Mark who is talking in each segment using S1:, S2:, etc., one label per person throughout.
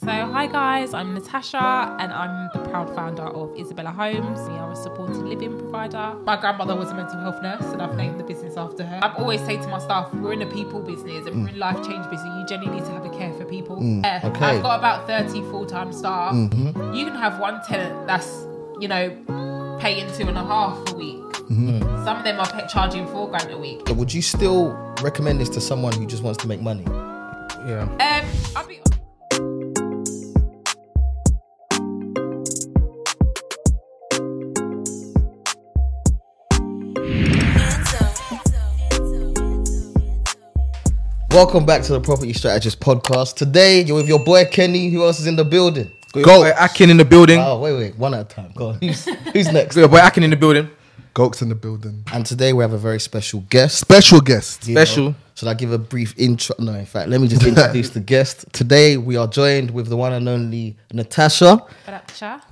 S1: So, hi guys, I'm Natasha and I'm the proud founder of Isabella Homes. We are a supported living provider. My grandmother was a mental health nurse and I've named the business after her. I've always said to my staff, we're in a people business and we're in life change business. You generally need to have a care for people. Yeah.
S2: okay.
S1: I've got about 30 full time staff. You can have one tenant that's, you know, paying two and a half a week. Some of them are pa- charging four grand a week.
S2: But would you still recommend this to someone who just wants to make money?
S3: Yeah.
S1: Um, I'll be.
S2: Welcome back to the Property Strategist Podcast. Today you're with your boy Kenny. Who else is in the building?
S3: Go. Akin in the building.
S2: Oh wait, wait, one at a time. Go on. Who's, who's next?
S3: Your boy Akin in the building.
S4: Gok's in the building.
S2: And today we have a very special guest.
S4: Special guest.
S2: You know,
S3: Special.
S2: should I give a brief intro? No, in fact, let me just introduce the guest. Today we are joined with the one and only Natasha.
S1: uh, Gotcha.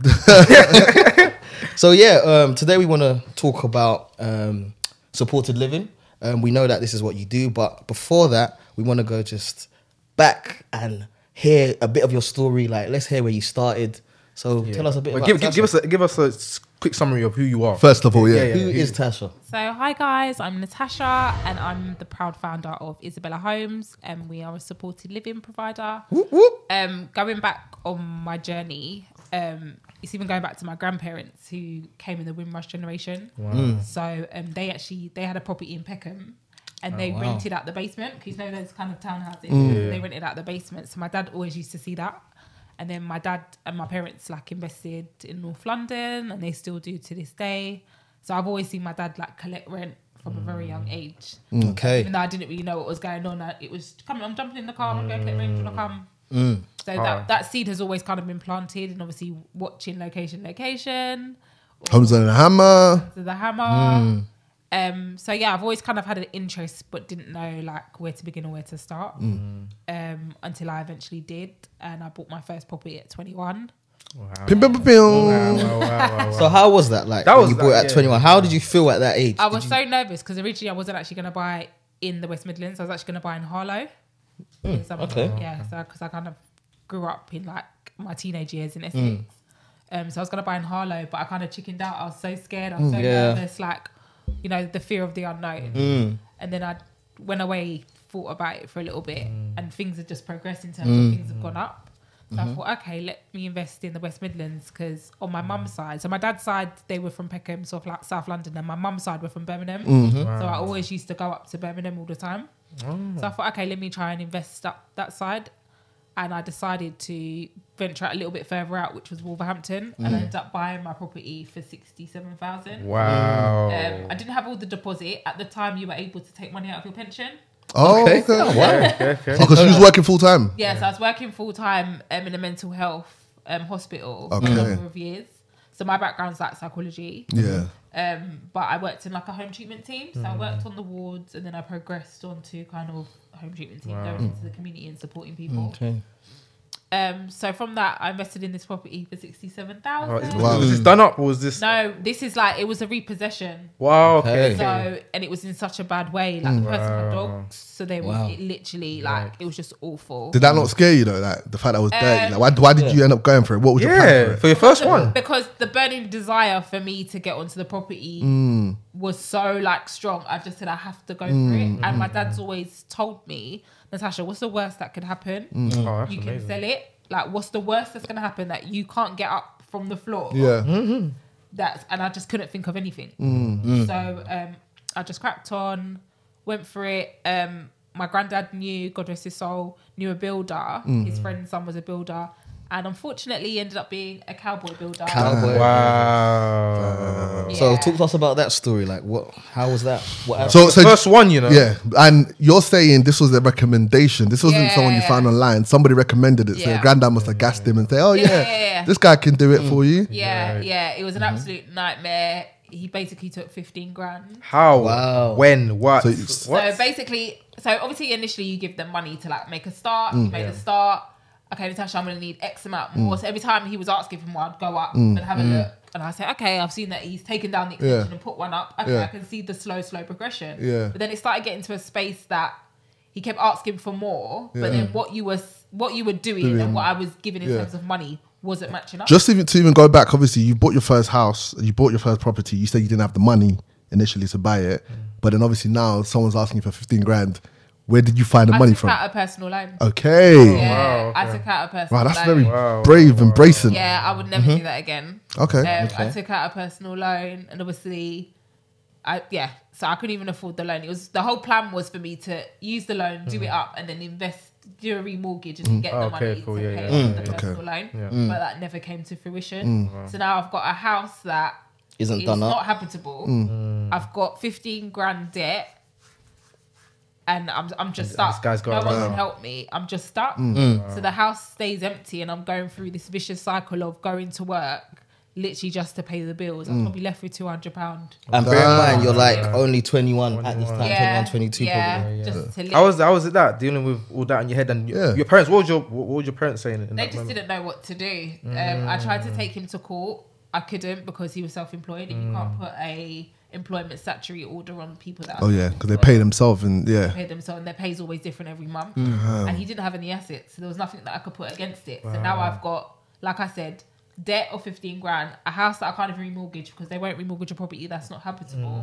S2: So yeah, um, today we want to talk about um, supported living. Um, we know that this is what you do, but before that, we want to go just back and hear a bit of your story. Like, let's hear where you started. So tell us a bit.
S3: Well,
S2: about
S3: give, give,
S2: Tasha.
S3: give us a, give us a s- quick summary of who you are.
S4: First of all, yeah.
S2: Who is Tasha?
S1: So, hi guys, I'm Natasha and I'm the proud founder of Isabella Homes, and we are a supported living provider. Um, going back on my journey, um, it's even going back to my grandparents who came in the Windrush generation. So, um, they actually they had a property in Peckham. And they rented out the basement because you know those kind of townhouses. They rented out the basement, so my dad always used to see that. And then my dad and my parents like invested in North London and they still do to this day. So I've always seen my dad like collect rent from a very young age.
S2: Okay.
S3: Mm.
S1: Even though I didn't really know what was going on, I, it was come, I'm jumping in the car, I'm going to collect rent, do you wanna come? So that, that seed has always kind of been planted and obviously watching location, location,
S4: Homes and a Hammer.
S1: to the hammer. Um, so yeah, I've always kind of had an interest, but didn't know like where to begin or where to start. Um, until I eventually did, and I bought my first property at 21.
S4: Pim, pim, pim, pim.
S2: So how was that? Like
S3: That
S2: when
S3: was
S2: you bought
S3: like,
S2: it at
S3: yeah.
S2: 21. How did you feel at that age?
S1: I
S2: Did
S1: was
S2: you-
S1: so nervous because originally I wasn't actually going to buy in the West Midlands. I was actually going to buy in Harlow. In Somerset.
S2: Hmm, okay.
S1: Yeah, so because I kind of grew up in like my teenage years in
S2: Hmm.
S1: Essex. Um, so I was going to buy in Harlow, but I kind of chickened out. I was so scared. I was so
S2: yeah.
S1: nervous, like you know the fear of the unknown. And then I went away, thought about it for a little bit, and things had just progressed in terms of things have gone up. So I thought, okay, let me invest in the West Midlands because on my mum's side, so my dad's side, they were from Peckham, South, Lo- South London, and my mum's side were from Birmingham. So I always used to go up to Birmingham all the time. So I thought, okay, let me try and invest up that side. And I decided to venture out a little bit further out, which was Wolverhampton, and I ended up buying my property for sixty-seven thousand.
S4: Mm.
S3: Wow.
S1: Um, I didn't have all the deposit at the time. You were able to take money out of your pension.
S4: Oh, okay.
S2: Okay. Oh, wow.
S4: Because she was working full time.
S1: Yes, I was working full time um, in a mental health um, hospital for
S4: Okay.
S1: a number of years. So my background's like psychology,
S4: Yeah.
S1: um, but I worked in like a home treatment team. So I worked on the wards, and then I progressed onto kind of home treatment team, going into the community and supporting people.
S2: Okay.
S1: Um, so from that, I invested in this property for sixty-seven
S3: Oh,
S1: thousand.
S4: Wow.
S3: Was this done up? Or was this?
S1: No, this is like it was a repossession.
S3: Wow.
S2: Okay.
S3: Okay. okay.
S1: So and it was in such a bad way.
S3: Mm.
S1: Like the person had dogs, so they
S2: Wow.
S1: were it literally like it was just awful.
S4: Did that not scare you though? Like the fact that it was
S1: Um,
S4: dirty. Like why, why did you end up going for it? What was your plan for
S3: Yeah.
S4: it?
S3: For your first one.
S1: because the burning desire for me to get onto the property
S3: Mm.
S1: was so like strong. I just said I have to go for
S3: Mm.
S1: it, and my dad's always told me, Natasha, what's the worst that could happen?
S3: Oh, that's
S1: You can
S3: amazing.
S1: sell it. Like, what's the worst that's gonna happen that you can't get up from the floor?
S4: Yeah.
S1: that's and I just couldn't think of anything. So um, I just cracked on, went for it. Um, my granddad knew, God rest his soul, knew a builder. His friend's son was a builder, and unfortunately ended up being a cowboy builder.
S2: Cowboy.
S3: Wow.
S2: So
S1: Yeah.
S2: talk to us about that story. Like what? How was that? What?
S4: So, so
S3: First one, you know.
S4: yeah, and you're saying this was a recommendation. This wasn't someone you
S1: Yeah.
S4: found online. Somebody recommended it. So your
S1: Yeah.
S4: granddad must have gassed him and say, "Oh yeah,
S1: Yeah, yeah, yeah.
S4: this guy can do it for you."
S1: yeah,
S3: Right.
S1: yeah, it was an absolute nightmare. He basically took fifteen grand.
S3: How?
S2: Wow.
S3: When? What?
S4: So it's-
S3: what?
S1: So basically, so obviously initially you give them money to like make a start.
S4: Mm.
S1: You made a start. Okay, Natasha, I'm gonna need X amount more. So every time he was asking for more, I'd go up
S4: Mm.
S1: and have a look. And I say, okay, I've seen that he's taken down the extension and put one up. Okay,
S4: Yeah.
S1: I can see the slow, slow progression.
S4: Yeah.
S1: But then it started getting to a space that he kept asking for more.
S4: Yeah.
S1: But then what you was what you were doing, and what I was giving in terms of money wasn't matching up.
S4: Just even to even go back, obviously, you bought your first house, you bought your first property. You said you didn't have the money initially to buy it, but then obviously now someone's asking you for fifteen grand. Where did you find the
S1: I
S4: money
S1: took
S4: from?
S1: out a personal loan.
S4: Okay,
S1: yeah,
S3: wow,
S1: I took out a personal
S4: wow, that's
S1: loan.
S4: very
S3: Wow,
S4: brave and brazen.
S1: Yeah, I would never do that again.
S4: Okay.
S1: Um, I
S2: Okay.
S1: took out a personal loan, and obviously, I yeah, so I couldn't even afford the loan. It was the whole plan was for me to use the loan, do it up, and then invest, do a remortgage, and get the
S3: Mm. Oh, Okay,
S1: money
S3: cool,
S1: to
S3: yeah,
S1: pay
S3: yeah,
S1: off the personal loan.
S3: Yeah. Mm.
S1: But that never came to fruition. So now I've got a house that
S2: Isn't
S1: is
S2: done
S1: not
S2: up. Mm.
S1: habitable.
S3: Mm.
S1: I've got fifteen grand debt. And I'm, I'm just
S3: This
S1: stuck.
S3: guy's
S1: No
S3: got
S1: one
S3: a Mm.
S1: can
S3: row.
S1: help me. I'm just stuck.
S2: Mm.
S1: So the house stays empty, and I'm going through this vicious cycle of going to work literally just to pay the bills.
S2: Mm.
S1: I'm probably left with two hundred pound.
S2: And bear in mind, you're like only 21 at this time,
S1: Yeah,
S2: 21, 22
S1: yeah,
S2: probably.
S1: just to live.
S3: How was how was it that dealing with all that in your head and y-
S4: Yeah.
S3: your parents? What was your what, what was your parents saying? In
S1: they
S3: that
S1: just
S3: moment?
S1: didn't know what to do. Um, I tried
S3: Mm.
S1: to take him to court. I couldn't because he was self-employed, and you can't put a employment statutory order on people that. Are
S4: Oh yeah, because they pay themselves and yeah.
S1: paid them so and their pay's always different every month and he didn't have any assets so there was nothing that i could put against it so now i've got like i said debt of 15 grand a house that i can't even remortgage because they won't remortgage a property that's not habitable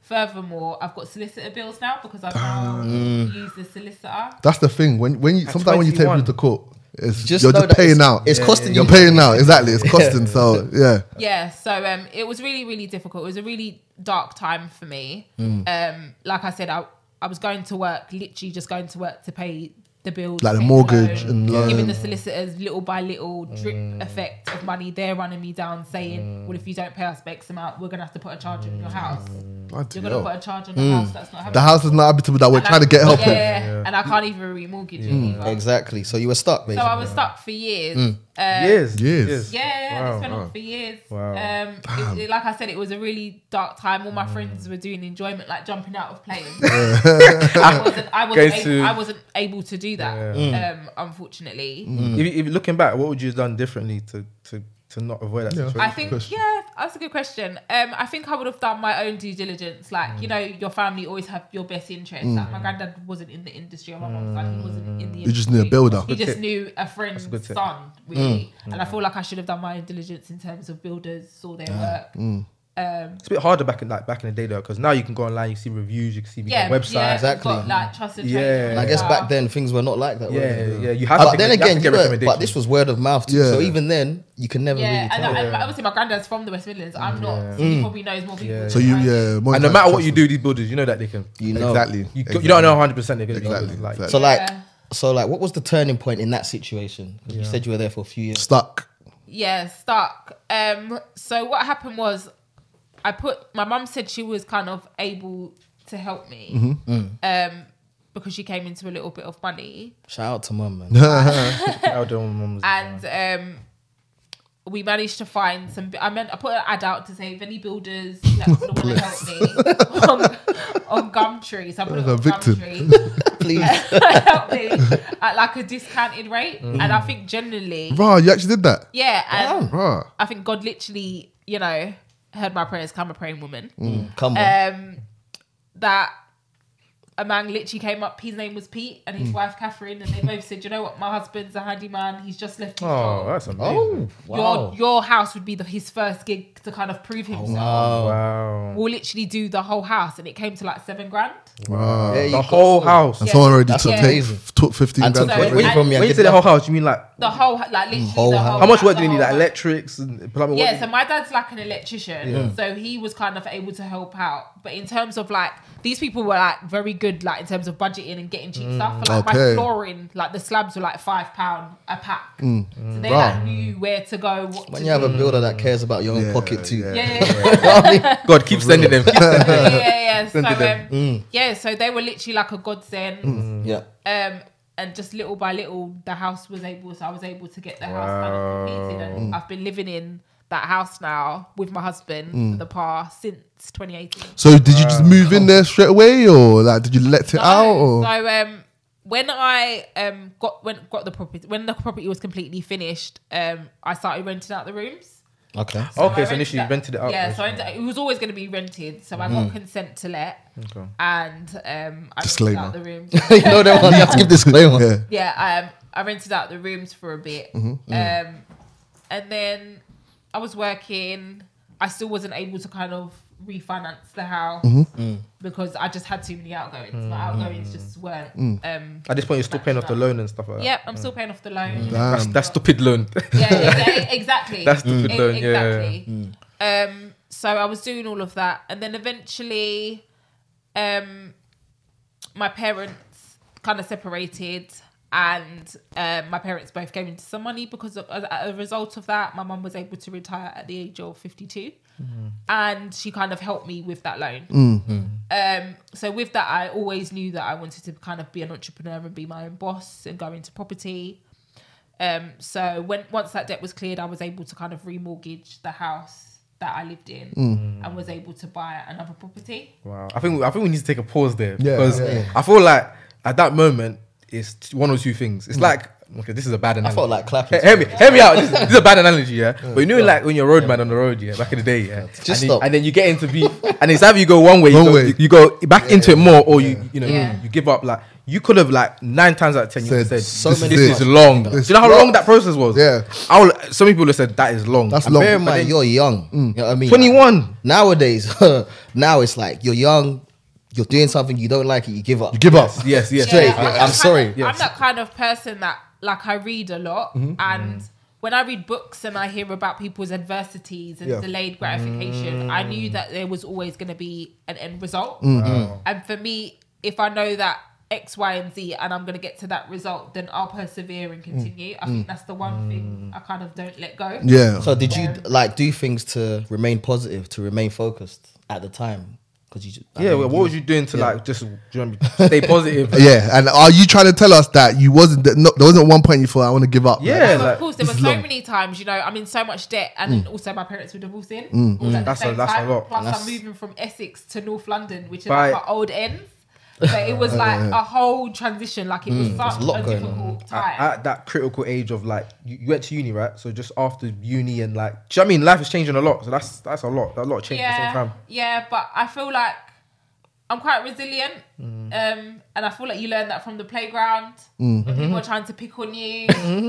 S1: furthermore i've got solicitor bills now because i've now used the solicitor
S4: That's the thing. When when you sometimes when you take
S3: 21.
S4: people to court, it's
S2: Just
S4: just you're
S2: know
S4: just
S2: that
S4: paying
S2: it's-
S4: out.
S2: it's costing
S4: You're
S2: you.
S4: paying out exactly. It's costing. So yeah,
S1: yeah so um it was really really difficult it was a really dark time for me
S4: Mm.
S1: um like i said i i was going to work literally just going to work to pay the bills
S4: Like the
S1: pay
S4: mortgage and Mm.
S1: loan, giving
S4: loan.
S1: the solicitors little by little drip effect of money they're running me down
S4: Mm.
S1: saying well if you don't pay us x amount we're gonna have to put a charge on your house
S4: Bloody
S1: you're gonna
S4: hell.
S1: put a charge on the house that's not happening
S4: Mm. the house is not habitable. That we're
S1: And I-
S4: trying to get help Mm.
S1: yeah,
S4: with.
S1: and i can't even remortgage it either.
S2: Exactly. So you were stuck,
S1: so
S2: basically.
S1: i was stuck for years
S4: Mm.
S1: Um,
S3: years,
S4: Years.
S1: yeah,
S3: Wow.
S1: it's went on for years.
S3: Wow.
S1: Um, it- it- like I said, it was a really dark time. All my friends were doing enjoyment, like jumping out of planes. I wasn't, I wasn't,
S3: Go
S1: able,
S3: to- Mm.
S1: I wasn't able to do that, um, unfortunately.
S3: If, you- if you- looking back, what would you have done differently to to to not avoid that
S4: Yeah.
S3: situation?
S1: I think,
S4: Question.
S1: yeah, that's a good question. Um, I think I would have done my own due diligence. Like, you know, your family always have your best interest. Like, my granddad wasn't in the industry, and my mum's like, he wasn't in the industry.
S4: You just need a builder.
S1: He
S3: Good
S1: just
S3: tip.
S1: knew a friend's
S3: good tip.
S1: son, really. And I feel like I should have done my own diligence in terms of builders, saw their work. Um,
S3: It's a bit harder back in like back in the day though, because now you can go online, you see reviews, you can see
S1: yeah,
S3: yeah, websites.
S1: yeah,
S3: Yeah,
S2: exactly.
S1: exactly. Got, like trust and
S3: Yeah.
S1: training
S2: And I guess back then things were not like that. were
S3: yeah,
S2: they?
S3: You have
S2: But
S3: to.
S2: then
S3: get- you have
S2: again,
S3: to
S2: you
S3: get
S2: were,
S3: recommendations.
S2: but this was word of mouth too.
S4: Yeah.
S2: So even then, you can never
S1: Yeah,
S2: really
S1: and,
S2: tell. Mm.
S1: I- and obviously my granddad's from the West Midlands. I'm not. So he probably knows more people.
S3: Yeah.
S1: than
S4: So you
S1: I do.
S4: yeah. more
S3: and no
S4: than-
S3: matter what you do, these builders, you know that they can.
S2: you know.
S4: exactly.
S3: You,
S4: exactly.
S3: you don't know 100 percent they're going to
S4: Exactly,
S3: be like.
S4: exactly.
S2: So like,
S1: Yeah.
S2: so like, what was the turning point in that situation? 'Cause You said you were there for a few years.
S4: stuck.
S1: yeah stuck um so what happened was i put my mum said she was kind of able to help me
S4: Mm-hmm.
S2: Mm.
S1: um because she came into a little bit of money
S2: Shout out to mum, man.
S3: I don't remember.
S1: and um we managed to find some. I meant I put an ad out to say if any builders that would want to help me on, on Gumtree. So I put it
S4: a
S1: on
S4: victim.
S1: Gumtree.
S2: Please.
S1: help me at like a discounted rate, and I think generally,
S4: Rah, you actually did that. Oh,
S1: yeah, and
S4: Rah.
S1: I think God literally, you know, heard my prayers. 'cause I'm a praying woman.
S2: Mm, Come on.
S1: Um, that a man literally came up. His name was Pete, and his wife Catherine, and they both said, "You know what? My husband's a handyman. He's just left his
S3: Oh,
S1: job.
S3: that's amazing.
S2: oh
S1: Your your house would be the, his first gig to kind of prove himself.
S3: Wow.
S1: We'll literally do the whole house, and it came to like seven grand.
S4: Rah.
S2: There
S4: And
S2: you
S3: The
S2: go. Mm.
S3: whole house.
S1: Yeah.
S4: someone already
S2: That's
S4: took,
S2: amazing.
S4: take- took 15
S2: And
S4: grand.
S2: took
S1: So it
S4: for it.
S2: away
S1: I-
S2: from me.
S3: When you say the whole house, you mean like
S1: The whole like literally
S2: Whole
S1: the
S2: house.
S1: whole.
S3: how much
S1: house,
S3: work
S1: the
S3: do you need?
S1: whole
S3: Like
S1: house.
S3: electrics and plumbing.
S1: Yeah,
S3: What-
S1: so my dad's like an electrician, so he was kind of able to help out. But in terms of like these people were like very good, like in terms of budgeting and getting cheap stuff. Like my
S4: Okay.
S1: flooring, like the slabs were like five pound a pack, so they like
S4: Wow.
S1: knew where to go. What
S2: When
S1: to
S2: you have
S1: do.
S2: a builder
S3: Mm.
S2: that cares about your own
S4: Yeah,
S2: pocket too.
S4: yeah.
S1: yeah, yeah,
S3: God, keep sending them. Keep sending them.
S1: yeah, yeah, yeah. So
S3: Send to them.
S1: um, yeah, so they were literally like a godsend.
S2: Mm. Yeah.
S1: um and just little by little the house was able so i was able to get the house kind of completed and i've been living in that house now with my husband for the past since 2018
S4: So did you just move in there straight away, or like did you let it out?
S3: Oh.
S4: Or
S1: so um when i um got when got the property when the property was completely finished um i started renting out the rooms
S2: Okay.
S3: Okay,
S1: I
S3: so initially you rented it out.
S1: Yeah,
S3: first.
S1: so I rented- it was always going to be rented. So I got consent to let,
S3: Okay.
S1: and um, I rented
S4: Disclaimer.
S1: out the rooms.
S2: you know they want you have to give disclaimer.
S4: yeah,
S1: Yeah, um, I rented out the rooms for a bit. Um, and then I was working. I still wasn't able to kind of refinance the house
S3: Mm.
S1: because I just had too many outgoings. My outgoings just weren't. Um,
S3: At this point, you're still paying off the loan and stuff like that. Mm.
S1: yep, I'm still paying off the loan.
S3: That's, that's stupid loan.
S1: yeah, yeah, exactly.
S3: That's stupid
S1: E-
S3: loan, yeah, yeah, Mm.
S1: Exactly. Um, so I was doing all of that, and then eventually, um, my parents kind of separated, and um, my parents both came into some money because of, as a result of that, my mum was able to retire at the age of fifty-two,
S3: Mm.
S1: and she kind of helped me with that loan.
S3: Mm-hmm.
S1: Um, so with that, I always knew that I wanted to kind of be an entrepreneur and be my own boss and go into property. Um, so when once that debt was cleared, I was able to kind of remortgage the house that I lived in and was able to buy another property.
S3: Wow. I think I think we need to take a pause there
S4: Yeah,
S3: because
S4: yeah.
S3: I feel like at that moment it's t- one or two things.
S4: Hmm.
S3: It's like okay, this is a bad analogy.
S2: felt like clapping.
S3: He- hear me, hear me out. This, this is a bad analogy, yeah. But you know, like when you're a roadman on the road, yeah, back in the day, yeah.
S2: Just
S3: and,
S2: stop.
S3: You, and then you get into beef, and it's either you go one way, you
S4: One
S3: go,
S4: way.
S3: You, you go back into it more, or you you know
S1: Yeah.
S3: you give up. Like you could have like nine times out of ten, you
S4: Said,
S3: said, said
S4: "So
S3: this,
S2: many
S3: this
S2: times."
S3: is long. Do
S4: This
S3: you know how
S4: long.
S3: long that process was?
S4: Yeah.
S3: I will, some people have said that is long. Mm.
S4: That's
S2: And
S4: long.
S2: bear in mind, you're young. You know what I mean?
S3: 21.
S2: Nowadays, now it's like you're young, you're doing something, you don't like it, you give up.
S4: You give up.
S3: yes, yes.
S2: Straight.
S1: Yeah,
S2: I'm
S1: that kind
S2: sorry.
S1: of-
S3: Yes.
S1: I'm that kind of person that like I read a lot and when I read books and I hear about people's adversities and
S4: Yeah.
S1: delayed gratification, I knew that there was always going to be an end result. And for me, if I know that X, Y, and Z, and I'm going to get to that result, then I'll persevere and continue. I think that's the one thing
S2: Mm.
S1: I kind of don't let go.
S4: Yeah.
S2: So did you like do things to remain positive, to remain focused at the time? Because you, I
S3: Yeah,
S2: mean,
S3: well, what was you doing to like just do you know what I mean, stay positive?
S4: yeah, and are you trying to tell us that you wasn't that no, there wasn't one point you thought I want to give up?
S3: Yeah.
S4: Like,
S1: Because
S3: like,
S1: of course, there
S4: this
S1: were
S4: is
S1: so
S4: long.
S1: many times, you know, I'm in so much debt, and then also my parents were divorcing. all at the
S3: Mm. That's a-
S1: same
S3: that's a
S1: time.
S3: lot.
S1: Plus,
S2: That's-
S1: I'm moving from Essex to North London, which is
S3: Right.
S1: like my old ends. So it was like a whole transition. Like it was
S3: Mm.
S1: such
S2: a lot
S1: a,
S2: going on.
S1: difficult
S3: at,
S1: time.
S3: at that critical age of like you, you went to uni, right? So just after uni and like, do you know what I mean? Life is changing a lot, so that's that's a lot, a lot of change at the same
S1: yeah,
S3: time.
S1: yeah, but I feel like I'm quite resilient,
S3: Mm.
S1: um, and I feel like you learn that from the playground. When people are trying to pick on you,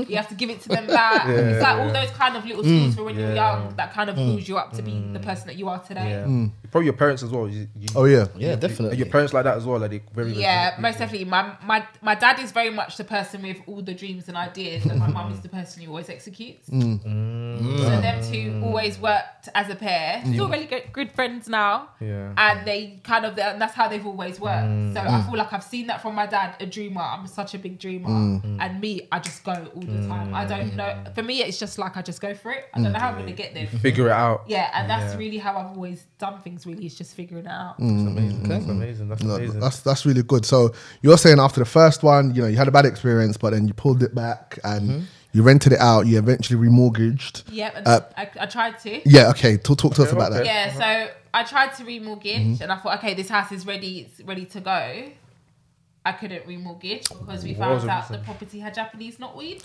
S1: you have to give it to them back. it's like all those kind of little
S3: Mm.
S1: tools for when you're
S3: Yeah.
S1: young that kind of builds you up to be the person that you are today.
S3: Mm. Yeah, probably your parents as well. You, you,
S4: Oh yeah.
S2: yeah,
S3: Are
S2: definitely.
S3: your parents like that as well? Like they very
S1: Yeah, most definitely. My my my dad is very much the person with all the dreams and ideas, and my mum is the person who always executes. So them two always worked as a pair. Still really good, good friends now,
S3: Yeah.
S1: and they kind of and that's how they've always worked. So I feel like I've seen that from my dad, a dreamer. I'm such a big dreamer, and me, I just go all the time. I don't know. For me, it's just like I just go for it. I don't know how I'm gonna get there.
S3: Figure it out.
S1: Yeah, and that's
S3: Yeah.
S1: really how I've always done things. Really, is just figuring it out.
S3: That's amazing. That's amazing. That's
S4: No,
S3: amazing.
S4: that's that's really good. So you're saying after the first one, you know, you had a bad experience, but then you pulled it back and you rented it out. You eventually remortgaged.
S1: Yeah, and
S4: Uh,
S1: I, I tried to.
S4: Yeah. Okay. Talk talk to us about that.
S1: Yeah,
S3: Uh-huh.
S1: so I tried to remortgage
S3: Mm-hmm.
S1: and I thought, okay, this house is ready, it's ready to go. I couldn't remortgage because we
S3: What was
S1: found
S3: the
S1: out the
S3: reason?
S1: property had Japanese knotweed.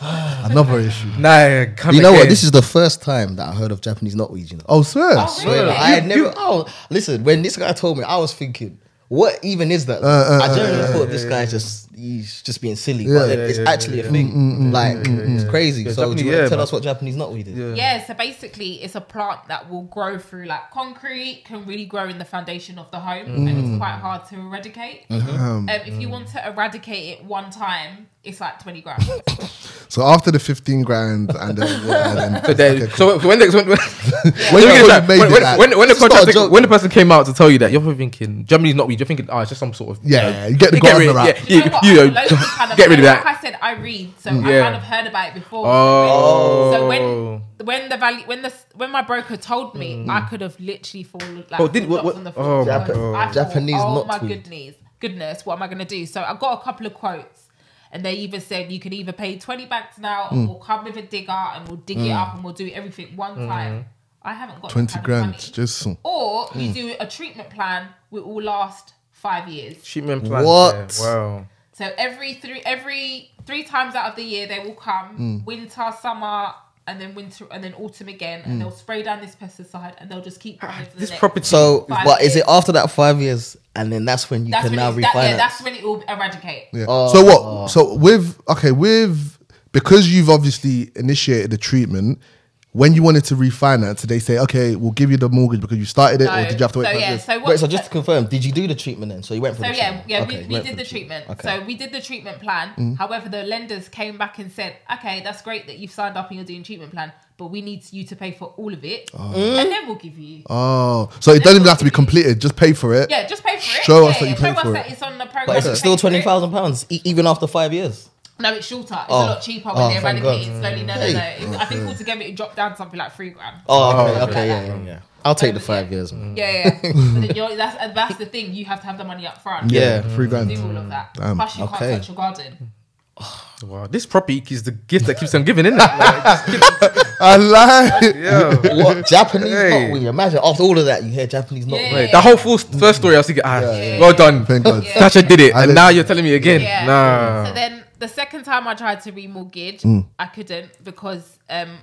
S4: Another issue.
S3: nah, come
S2: you know what?
S3: again.
S2: This is the first time that I heard of Japanese knotweed. You know,
S4: Oh, swear.
S1: Oh, really?
S2: Swear, like, I had
S1: You-
S2: never. Oh, listen, when this guy told me, I was thinking, what even is
S3: Uh,
S2: that? I generally thought this guy's just he's just being silly, but then
S3: yeah,
S2: it's
S3: yeah, Mm,
S2: actually a thing. like it's crazy.
S3: Yeah,
S2: so do you
S3: Japanese-
S2: want to
S3: yeah,
S2: tell
S3: man.
S2: us what Japanese knotweed is?
S3: Yeah.
S1: Yeah, so basically, it's a plant that will grow through like concrete, can really grow in the foundation of the home, and
S3: Mm.
S1: it's quite hard to eradicate.
S3: Uh-huh.
S1: Um, if you want to eradicate it one time, it's like 20 grams.
S4: So after the fifteen grand and then, yeah, and then
S3: So, then, so when the when, when,
S4: When you
S3: when,
S4: actually made
S3: when,
S4: it
S3: when,
S4: that-
S3: when, when the
S2: It's not a
S3: contract
S2: joke.
S3: when the person came out to tell you that you're thinking Germany's not weed, you're thinking oh it's just some sort of
S4: Yeah, yeah, you get the
S3: get
S4: gardener
S3: rid,
S4: out.
S3: yeah,
S1: You know
S3: yeah,
S1: what?
S3: you
S1: I'm
S3: know,
S1: loath to kind of
S3: get rid of
S1: know.
S3: that
S1: Like I said, I read, so I
S3: Yeah.
S1: kind of heard about it before.
S3: Oh.
S1: So when the when the value when the when my broker told me, I could have literally fallen like
S3: Mm. Oh, did- what-
S1: dropped
S3: what-
S1: on the floor.
S3: oh my
S1: because
S3: God.
S1: I thought,
S2: Japanese
S1: Oh
S2: knot
S1: my
S2: weed.
S1: goodness, goodness, what am I gonna do? So I got a couple of quotes. And they either said you can either pay twenty bags now,
S3: Mm.
S1: or we'll come with a digger and we'll dig it up and we'll do everything one time. I haven't got that
S4: twenty
S1: kind of
S4: grand.
S1: money.
S4: Just
S1: Or you
S3: Mm.
S1: do a treatment plan, which will last five years.
S3: treatment plan
S2: What?
S3: yeah, wow
S4: Hmm.
S1: So every three every three times out of the year they will come winter, summer, and then winter and then autumn again,
S4: Hmm.
S1: and they'll spray down this pesticide and they'll just keep
S2: Ah,
S1: coming for the
S3: This
S1: next-
S3: property.
S2: So,
S1: Five
S2: but is it
S1: years.
S2: after that five years, and then that's when you
S1: That's
S2: can
S1: when
S2: now
S1: it's- that- yeah,
S2: refinance?
S1: that's when it will eradicate.
S4: Yeah. so what? So with okay with because you've obviously initiated the treatment. When you wanted to refinance, did they say, "Okay, we'll give you the mortgage because you started it,"
S1: So,
S4: or did you have to wait?
S1: so
S4: for
S1: yeah,
S4: this?
S1: so what?
S2: Wait, so just to confirm, did you do the treatment then? So you went for
S1: So
S2: the
S1: yeah,
S2: treatment.
S1: yeah,
S2: Okay,
S1: we, we
S2: went for
S1: did the treatment.
S2: Okay.
S1: So we did the treatment plan.
S4: Hmm.
S1: However, the lenders came back and said, "Okay, that's great that you've signed up and you're doing treatment plan, but we need you to pay for all of it, and then we'll give you."
S4: oh, so it doesn't even have to be completed; just pay for it.
S1: Yeah, just pay for it.
S4: Show
S1: yeah,
S4: us that you
S1: yeah,
S4: paid
S1: show us
S4: for it.
S1: that it's on the program.
S2: But is it still twenty thousand pounds e-, even after five years?
S1: No, it's shorter. It's
S2: Oh.
S1: a lot cheaper when
S2: Oh,
S1: they
S2: thank
S1: eradicate
S2: God.
S1: it slowly. No, no, no.
S2: Hey.
S1: It's- I think altogether it dropped down to something like three grand.
S2: Oh, okay,
S1: Something
S2: okay,
S1: like that.
S2: yeah, yeah, yeah. I'll take the
S1: Um,
S2: five years. man.
S1: Yeah, yeah. yeah. But then you're- that's, and that's the thing. You have to have the money up front.
S2: Yeah.
S4: three
S1: To
S4: grand.
S1: do all of that.
S4: Damn.
S1: Plus, you
S2: Okay.
S1: can't touch your garden.
S3: Wow, this property is the gift that keeps on giving, isn't it? Like,
S4: I lied.
S3: yeah.
S2: What Japanese
S3: Hey.
S2: knotweed? Imagine after all of that, you hear Japanese knotweed.
S1: Yeah.
S3: Wait, that whole full first story, I was thinking, ah,
S1: yeah.
S3: well done.
S4: Thank God.
S1: Yeah.
S3: Thatcher did it,
S4: I
S3: and
S4: did-
S3: now you're telling me again.
S1: Yeah.
S3: Nah.
S1: So then the second time I tried to remortgage,
S2: Mm.
S1: I couldn't because um,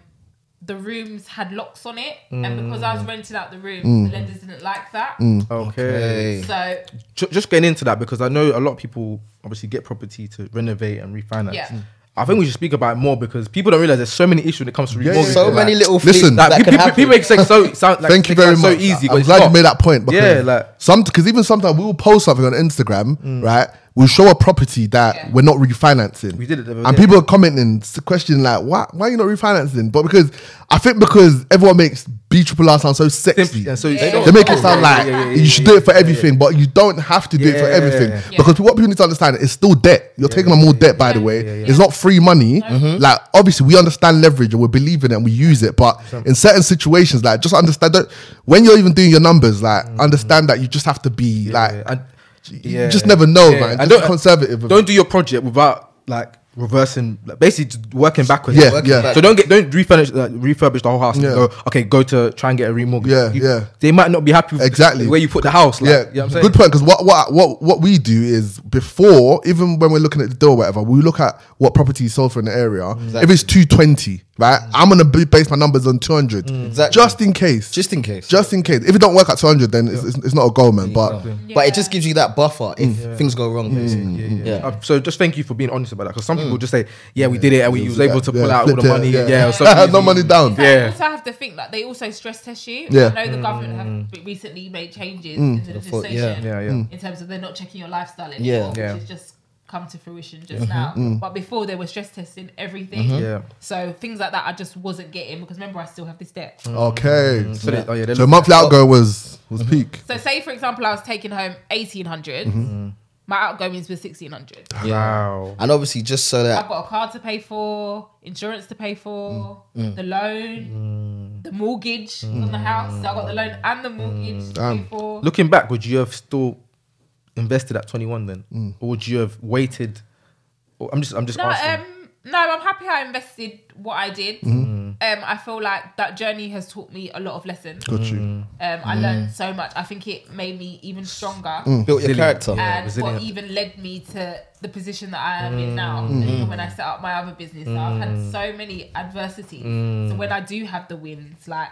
S1: the rooms had locks on it. And
S2: Mm.
S1: because I was renting out the rooms, the lenders didn't like that.
S3: okay.
S1: So
S3: Ju- just getting into that because I know a lot of people obviously get property to renovate and refinance.
S1: Yeah. Mm.
S3: I think we should speak about it more because people don't realize there's so many issues when it comes to
S4: yeah,
S3: remortgaging.
S2: So
S3: like-
S2: many little
S4: Listen,
S2: things that,
S3: like, pe-
S2: can
S3: pe-
S2: happen.
S3: people make sex so sound like
S4: Thank you
S3: make it
S4: very
S3: sound
S4: much.
S3: So easy, but
S4: I'm
S3: it's
S4: glad
S3: not.
S4: you made that point. Because
S3: Yeah, like- Mm.
S4: some because even sometimes we will post something on Instagram, right? We'll show a property that
S1: Yeah.
S4: we're not refinancing.
S3: We did it the other
S4: and
S3: day.
S4: people are commenting, s- questioning like, "Why? Why are you not refinancing?" But because I think because everyone makes B triple R sound so sexy,
S3: Yeah, so
S1: They
S4: they make it sound
S3: Yeah,
S4: like
S3: yeah, yeah, yeah,
S4: you should
S3: yeah,
S4: do it for
S3: yeah, yeah.
S4: everything, but you don't have to do it for
S3: Yeah.
S4: everything
S3: Yeah.
S4: because what people need to understand is still debt. You're taking on more debt, by the
S1: Yeah.
S4: way.
S1: Yeah,
S4: It's not free money.
S3: Mm-hmm.
S4: Like obviously, we understand leverage and we believe in it and we use it, but in certain situations, like just understand that when you're even doing your numbers, like understand that you just have to be like
S3: Mm-hmm. Yeah, and-
S4: you just never know, man.
S3: And
S4: Just
S3: don't,
S4: conservative.
S3: Don't do your project without like reversing, like, basically just working backwards.
S4: Yeah,
S3: Working
S4: yeah.
S3: back- So don't get don't refurnish like, refurbish the whole house.
S4: Yeah.
S3: And go, okay, go to try and get a remortgage.
S4: Yeah,
S3: You-
S4: yeah.
S3: They might not be happy with
S4: Exactly.
S3: the way you put the house. Like, you
S4: yeah,
S3: know what I'm saying?
S4: good point. Because what, what what what we do is before, even when we're looking at the deal, or whatever, we look at what property is sold for in the area. If it's two twenty, right,
S3: Mm.
S4: I'm gonna b- base my numbers on two hundred,
S2: Exactly.
S4: just in case. Just
S2: Just in case.
S4: in case. If it don't work at two hundred, then it's, it's, it's not a goal, man. But
S2: But
S1: Yeah.
S2: it just gives you that buffer if things go wrong. Basically. Yeah,
S3: Uh, so just thank you for being honest about that because some people just say, yeah, we did it and we was able to
S4: Yeah,
S3: pull out all
S4: flipped
S3: the
S4: it,
S3: money. Yeah, it was so
S4: no
S3: easy.
S4: money down.
S1: But
S3: Yeah.
S1: I also have to think like they also stress test you.
S4: Yeah.
S1: I know the government
S3: Mm.
S1: have b- recently made changes into the
S2: thought-
S1: legislation
S3: Yeah, yeah.
S1: in terms of they're not checking your lifestyle anymore,
S2: Yeah.
S1: which
S3: Yeah. Mm-hmm.
S1: has just come to fruition just now. But before they were stress testing everything.
S3: Yeah.
S1: So things like that I just wasn't getting because remember I still have this debt.
S3: Mm.
S4: Okay.
S3: So they- oh, yeah, they
S4: So
S3: look-
S4: monthly outgo was was
S3: Mm-hmm.
S4: peak.
S1: So say for example I was taking home eighteen
S3: Mm.
S1: my outgoings were sixteen hundred.
S3: Wow.
S2: And obviously, just so
S1: I've
S2: that
S1: got a car to pay for, insurance to pay for, the loan,
S3: Mm.
S1: the mortgage on the house. So I got the loan and the mortgage to pay for.
S3: Looking back, would you have still invested at 21 then,
S4: Mm.
S3: or would you have waited? Or- I'm just, I'm just
S1: no,
S3: asking.
S1: um, no, I'm happy I invested what I did.
S3: Mm-hmm.
S1: Um, I feel like that journey has taught me a lot of lessons. Um,
S4: Got
S3: Mm.
S4: you.
S1: I learned so much. I think it made me even stronger.
S3: Mm.
S2: built your character.
S3: Yeah,
S1: and
S3: resilient.
S1: what even led me to the position that I am
S3: Mm.
S1: in now,
S3: Mm-hmm.
S1: even when I set up my other business. So I've had so many adversities. So when I do have the wins, like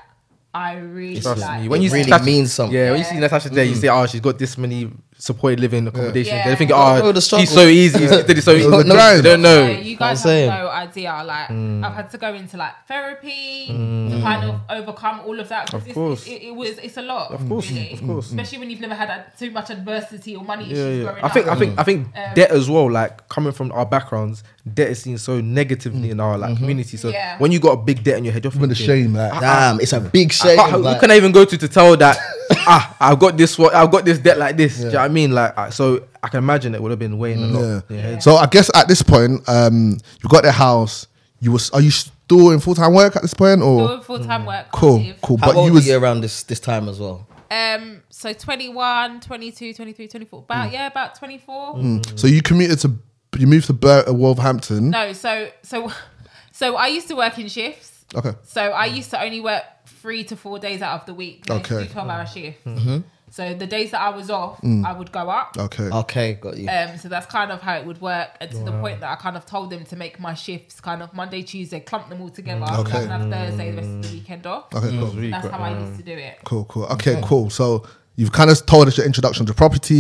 S1: I really
S3: Mm. Trust
S1: like
S3: me, when
S1: it
S3: you
S2: really
S3: see Natasha-
S2: means something.
S3: Yeah, when you see Natasha there, you say, oh, she's got this many supported living accommodations.
S1: Yeah.
S3: They think,
S2: Oh, the
S3: oh, she's
S2: struggle.
S3: so easy. She did it so easy.
S4: was a
S3: They
S4: grind.
S3: don't
S1: So
S3: know.
S1: you guys
S2: I'm saying.
S1: have no idea. Like I've had to go into like therapy to kind of overcome all of that. 'cause
S3: Of
S1: it's-
S3: course.
S1: it, it, was it's a lot. Of
S3: course,
S1: really.
S3: of course.
S1: Especially when you've never had uh, too much adversity or money
S3: Yeah,
S1: issues
S3: yeah.
S1: growing
S3: I think,
S1: up.
S3: I think, I think
S1: Um,
S3: debt as well. Like coming from our backgrounds, debt is seen so negatively in our like community. So
S1: Yeah.
S3: when you got a big debt in your head, you're
S4: Even the
S3: thinking,
S4: shame,
S3: Ah.
S4: like
S2: Damn, it's a big shame.
S3: How, who
S2: like-
S3: can I even go to to tell that? ah, I've got this. one- I've got this debt like this. Do you know what I mean? Like, I- so I can imagine it would have been weighing a
S4: Yeah.
S3: lot. Yeah.
S4: So I guess at this point, um, you got the house. You was are you still in full time work at this point or
S1: Doing full-time work.
S4: cool,
S1: active.
S4: cool?
S2: How
S4: But
S2: old
S4: you
S2: were
S4: was
S2: you around this this time as well?
S1: Um, so 21, 22, 23, 24. About yeah, about 24.
S4: so you commuted to you moved to Bur- uh, Wolverhampton.
S1: No, so so so I used to work in shifts.
S4: Okay.
S1: So I used to only work three to four days out of the week.
S4: Okay.
S1: Okay. Two 12 hour shifts. So the days that I was off, I would go up.
S4: Okay.
S2: Okay, got you.
S1: Um, so that's kind of how it would work, and to the point that I kind of told them to make my shifts kind of Monday, Tuesday, clump them all together,
S4: Okay.
S1: so I can have Thursday the rest of the weekend off.
S4: Okay. Cool.
S3: That's really
S1: That's
S3: good.
S1: how I used to do it.
S4: Cool, cool. Okay, cool. So you've kind of told us your introduction to property.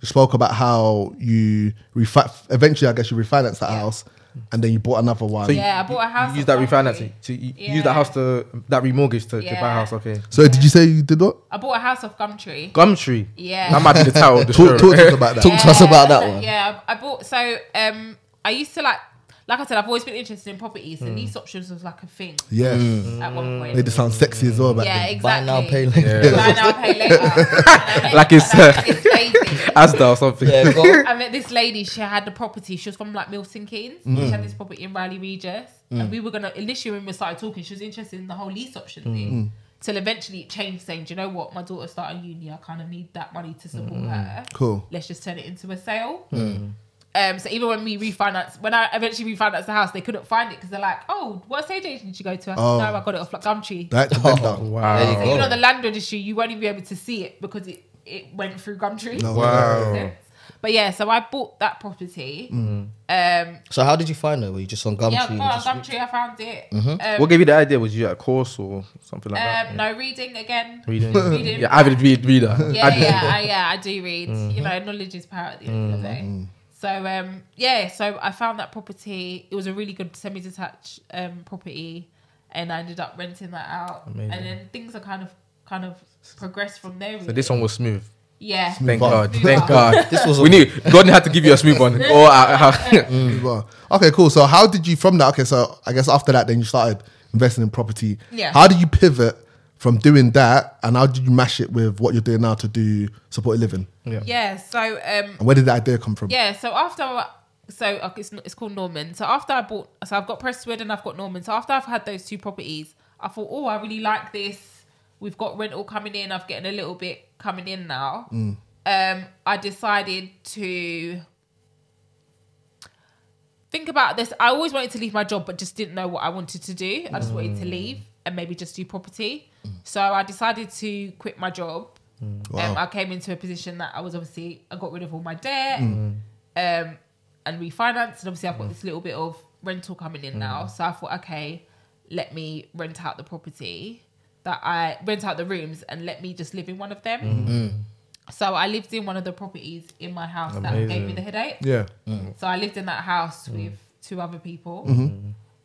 S4: You spoke about how you refi- eventually, I guess, you refinanced that house, and then you bought another one. So,
S3: you-
S1: Yeah, I bought a
S3: you
S1: house
S3: Use
S1: at
S3: that refinancing
S1: Barnsley.
S3: to you
S1: Yeah.
S3: use that house to that remortgage to, to buy a
S1: Yeah.
S3: house. Okay,
S4: did you say you did what?
S1: I bought a house off Gumtree.
S3: Gumtree.
S1: Yeah.
S3: that might be the title. of the show.
S4: Talk, talk to us about that.
S2: Talk to us about that one.
S1: Yeah, I bought. So um, I used to like, like I said, I've always been interested in properties, and lease options was like a thing
S4: Yeah,
S1: at one point.
S4: made it sound sexy as well. Back
S1: yeah,
S4: then.
S1: exactly.
S2: Buy now, pay later.
S1: Buy now, pay later.
S3: Like it's,
S1: Like,
S3: uh,
S1: it's crazy.
S3: Asda or something.
S2: Yeah, go on.
S1: I met this lady. She had the property. She was from like Milton Keynes. She had this property in Riley Regis, and we were gonna initially when we started talking, she was interested in the whole lease option thing. Till eventually it changed, saying, "Do you know what? My daughter's starting uni. I kind of need that money to support her.
S4: Cool.
S1: Let's just turn it into a sale." Um, so even when we refinanced, when I eventually refinanced the house, they couldn't find it because they're like, "Oh, what estate agent did you go to?" I said,
S4: Oh.
S1: "No, I got it off like Gumtree."
S4: That to bend
S3: Oh,
S4: down.
S2: There you
S3: Wow.
S2: go.
S1: Even on the land registry, you won't even be able to see it because it, it went through Gumtree.
S4: No.
S3: Wow.
S1: Um, But yeah, so I bought that property.
S3: Mm-hmm.
S1: Um,
S2: So how did you find her? Were you just on Gumtree?
S1: yeah,
S2: and
S1: well,
S2: just-
S1: Gumtree, I found it.
S3: Mm-hmm. What
S1: Um,
S3: gave you the idea? Was you at a course or something like that?
S1: um, no reading again.
S3: Reading.
S1: Reading.
S3: Yeah, avid read reader.
S1: Yeah,
S3: Avid-
S1: yeah, I, yeah. I do read.
S3: Mm-hmm.
S1: You know, knowledge is power at the end of the day. So um, yeah, so I found that property. It was a really good semi-detached um, property, and I ended up renting that out.
S3: Amazing.
S1: And then things are kind of kind of progressed from there. Really.
S3: So this one was smooth.
S1: yeah,
S3: Thank
S4: on.
S3: God.
S1: Move
S3: Thank
S1: on.
S3: God.
S2: This was
S3: we knew God had to give you a smooth one. Or uh, I, I,
S4: Mm, well. Okay, cool. So how did you from that? Okay, so I guess after that, then you started investing in property.
S1: Yeah.
S4: How did you pivot from doing that, and how did you mash it with what you're doing now to do supported living?
S1: yeah. So um,
S4: And where did that idea come from?
S1: Yeah, so after I- so uh, it's it's called Norman. So after I bought, so I've got Prestwood and I've got Norman. So after I've had those two properties, I thought, oh, I really like this. We've got rental coming in. I've getting a little bit coming in now. Um, I decided to think about this. I always wanted to leave my job, but just didn't know what I wanted to do. I just wanted to leave and maybe just do property. So I decided to quit my job. Um, I came into a position that I was obviously I got rid of all my debt um, and refinanced, and obviously I've got this little bit of rental coming in now. So I thought, okay, let me rent out the property that I rent out the rooms and let me just live in one of them. So I lived in one of the properties in my house that gave me
S3: Amazing.
S1: the headache.
S4: Yeah.
S1: So I lived in that house with two other people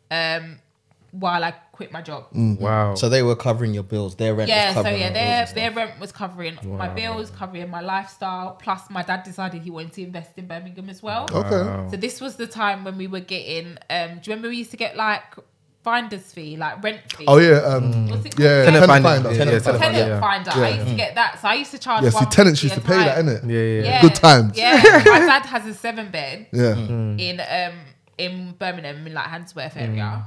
S1: um, while I quit my job.
S3: Mm, wow.
S2: So they were covering your bills. Their rent
S1: Yeah,
S2: was
S1: so
S2: covering
S1: yeah,
S2: your
S1: their
S2: bills and
S1: their rent was covering my bills, covering my lifestyle. Plus, my dad decided he wanted to invest in Birmingham as well.
S4: Okay.
S1: So this was the time when we were getting. Um, do you remember we used to get like finder's fee, like rent fee?
S4: Oh yeah. Um,
S1: What's it called?
S3: Mm.
S4: yeah.
S3: Tenant
S4: Tenant
S3: finder.
S4: finder.
S3: Yeah, yeah,
S4: Tenant
S3: tenant
S4: finder.
S1: Tenant
S3: yeah.
S1: finder. I used to get that, so I used to charge.
S4: Yeah. See,
S1: one
S4: tenants
S1: fifty
S4: used to
S1: a
S4: pay that,
S1: time.
S4: innit?
S3: Yeah, yeah.
S1: Yeah.
S4: Good times.
S1: Yeah, my dad has a seven bed
S4: Yeah.
S3: Mm.
S1: in um in Birmingham in like Handsworth area.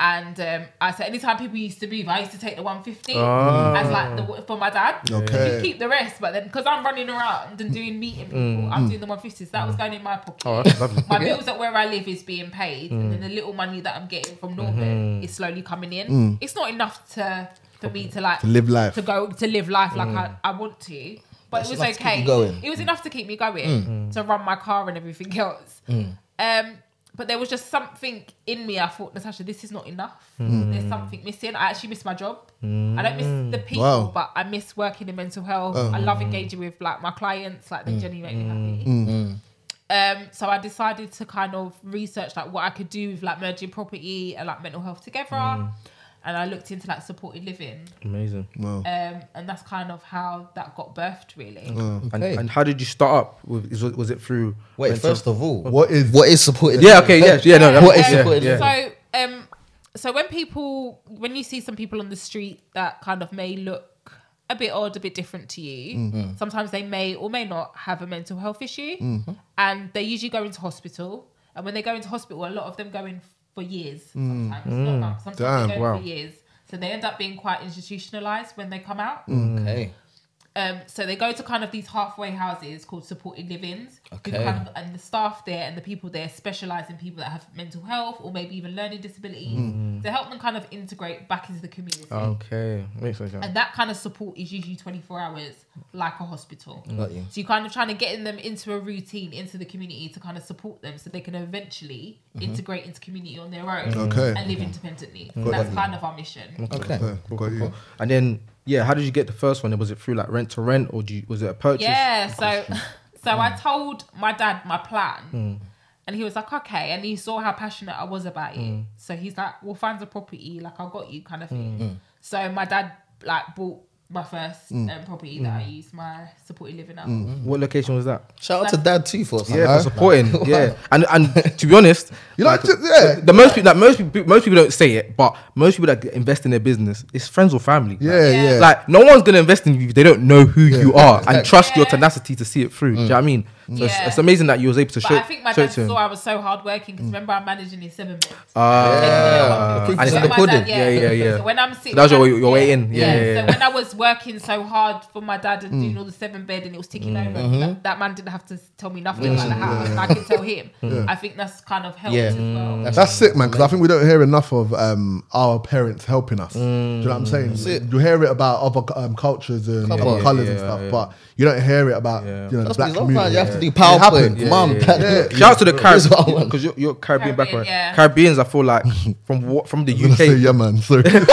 S1: And um, I said, anytime people used to move, I used to take the 150
S3: Ah.
S1: as like the, for my dad.
S4: Okay.
S1: You keep the rest, but then because I'm running around and doing meeting people, I'm doing the 150s. That was going in my pocket.
S3: Oh, that's lovely.
S1: my bills at where I live is being paid, and then the little money that I'm getting from Norman is slowly coming in. It's not enough to for me to like
S4: To live life.
S1: to go to live life like I, I want to. But
S2: That's
S1: it
S2: Mm. enough
S1: was
S2: to keep
S1: okay.
S2: you going. Mm.
S1: It was enough to keep me going to run my car and everything else. Um, but there was just something in me. I thought, Natasha, this is not enough.
S2: Mm.
S1: There's something missing. I actually miss my job. I don't miss the people,
S4: Wow.
S1: but I miss working in mental health.
S2: Oh.
S1: I love engaging with like my clients. Like they
S2: Mm.
S1: genuinely make me happy. Um, so I decided to kind of research like what I could do with like merging property and like mental health together.
S2: Mm.
S1: And I looked into like supported living,
S3: Amazing.
S4: Wow.
S1: um, and that's kind of how that got birthed, really.
S3: And,
S2: Okay.
S3: and how did you start up? With, is- was it through?
S2: Wait,
S3: rental?
S2: first of all,
S4: What is-
S2: what is supported?
S3: Yeah. Okay. Yeah. Yeah. No.
S2: What is
S3: yeah,
S2: supported
S3: yeah.
S1: So, um, so when people, when you see some people on the street that kind of may look a bit odd, a bit different to you, sometimes they may or may not have a mental health issue, and they usually go into hospital. And when they go into hospital, a lot of them go in for years. Sometimes, not
S2: Mm.
S1: months, sometimes
S4: Damn,
S1: they go in
S3: wow. Mm.
S1: for years. So they end up being quite institutionalized when they come out.
S2: Okay.
S1: Um, so they go to kind of these halfway houses called supported livings. who
S2: Okay.
S1: Kind of, and the staff there and the people there specialize in people that have mental health or maybe even learning disabilities
S2: Mm-hmm.
S1: to help them kind of integrate back into the community.
S2: Oh.
S3: Okay, makes sense. yeah.
S1: And that kind of support is usually 24 hours, like a hospital.
S2: Got you.
S1: So you're kind of trying to get them into a routine, into the community to kind of support them so they can eventually
S2: Mm-hmm.
S1: integrate into community on their own
S4: Okay.
S1: and live independently. That's kind of our mission.
S2: Okay.
S4: Okay, got you.
S3: And then, yeah, how did you get the first one? Was it through like rent to rent, or do you, was it a purchase?
S1: Yeah, so so I told my dad my plan. And he was like, okay. And he saw how passionate I was about it. So he's like, we'll find a property, like I got you kind of thing. So my dad like bought my first um, property that I used, my supported living up.
S3: What location was that?
S2: Shout out to Dad too for us.
S3: Yeah, for supporting. yeah, and and to be honest,
S4: You like to- yeah.
S3: the most people that most people most people don't say it, but most people that invest in their business is friends or family. Like,
S4: Yeah,
S1: Yeah.
S4: yeah.
S3: Like no one's gonna invest in you if they don't know who you are
S2: exactly.
S3: and trust your
S1: Yeah.
S3: tenacity to see it through. Do you know what I mean? So it's,
S1: Yeah.
S3: it's amazing that you was able to
S1: But
S3: show,
S1: I think my
S3: show
S1: dad
S3: it to him.
S1: saw I was so hardworking because remember I'm managing his seven bits.
S3: Ah,
S2: Taking the
S3: and
S1: So
S2: little one.
S3: it's
S2: Like
S3: in the
S1: my
S3: pudding.
S1: dad-
S3: Yeah, yeah, yeah.
S1: So when I'm sitting,
S3: that was your-
S1: when I'm-
S3: your way in. Yeah, yeah, Mm. yeah.
S1: So when I was working so hard for my dad and doing all the seven bed and it was ticking
S3: Mm.
S1: over,
S3: Mm-hmm.
S1: that, that man didn't have to tell me nothing about the house. I could tell him. I think that's kind of helped
S2: Yeah.
S1: as
S3: Mm.
S1: well.
S4: That's sick, man, because I think we don't hear enough of um, our parents helping us. Do you know what I'm saying?
S2: Mm. it.
S4: You hear it about other cu- um, cultures and
S2: Come
S4: other
S2: on.
S4: colours and
S3: Yeah,
S4: stuff,
S3: yeah.
S4: but you don't hear it about you know the
S2: Trust me,
S4: black community.
S2: Sometimes you have to do
S4: It happened.
S2: PowerPoint, mum, dad. look,
S3: Shout out to the
S2: Here's what I
S3: Caribbean
S2: want.
S3: because you're, you're Caribbean,
S1: Caribbean,
S3: background.
S1: yeah.
S3: Caribbeans, I feel like from what from the
S4: I'm gonna say,
S3: UK,
S4: yeah, man. Sorry. sorry,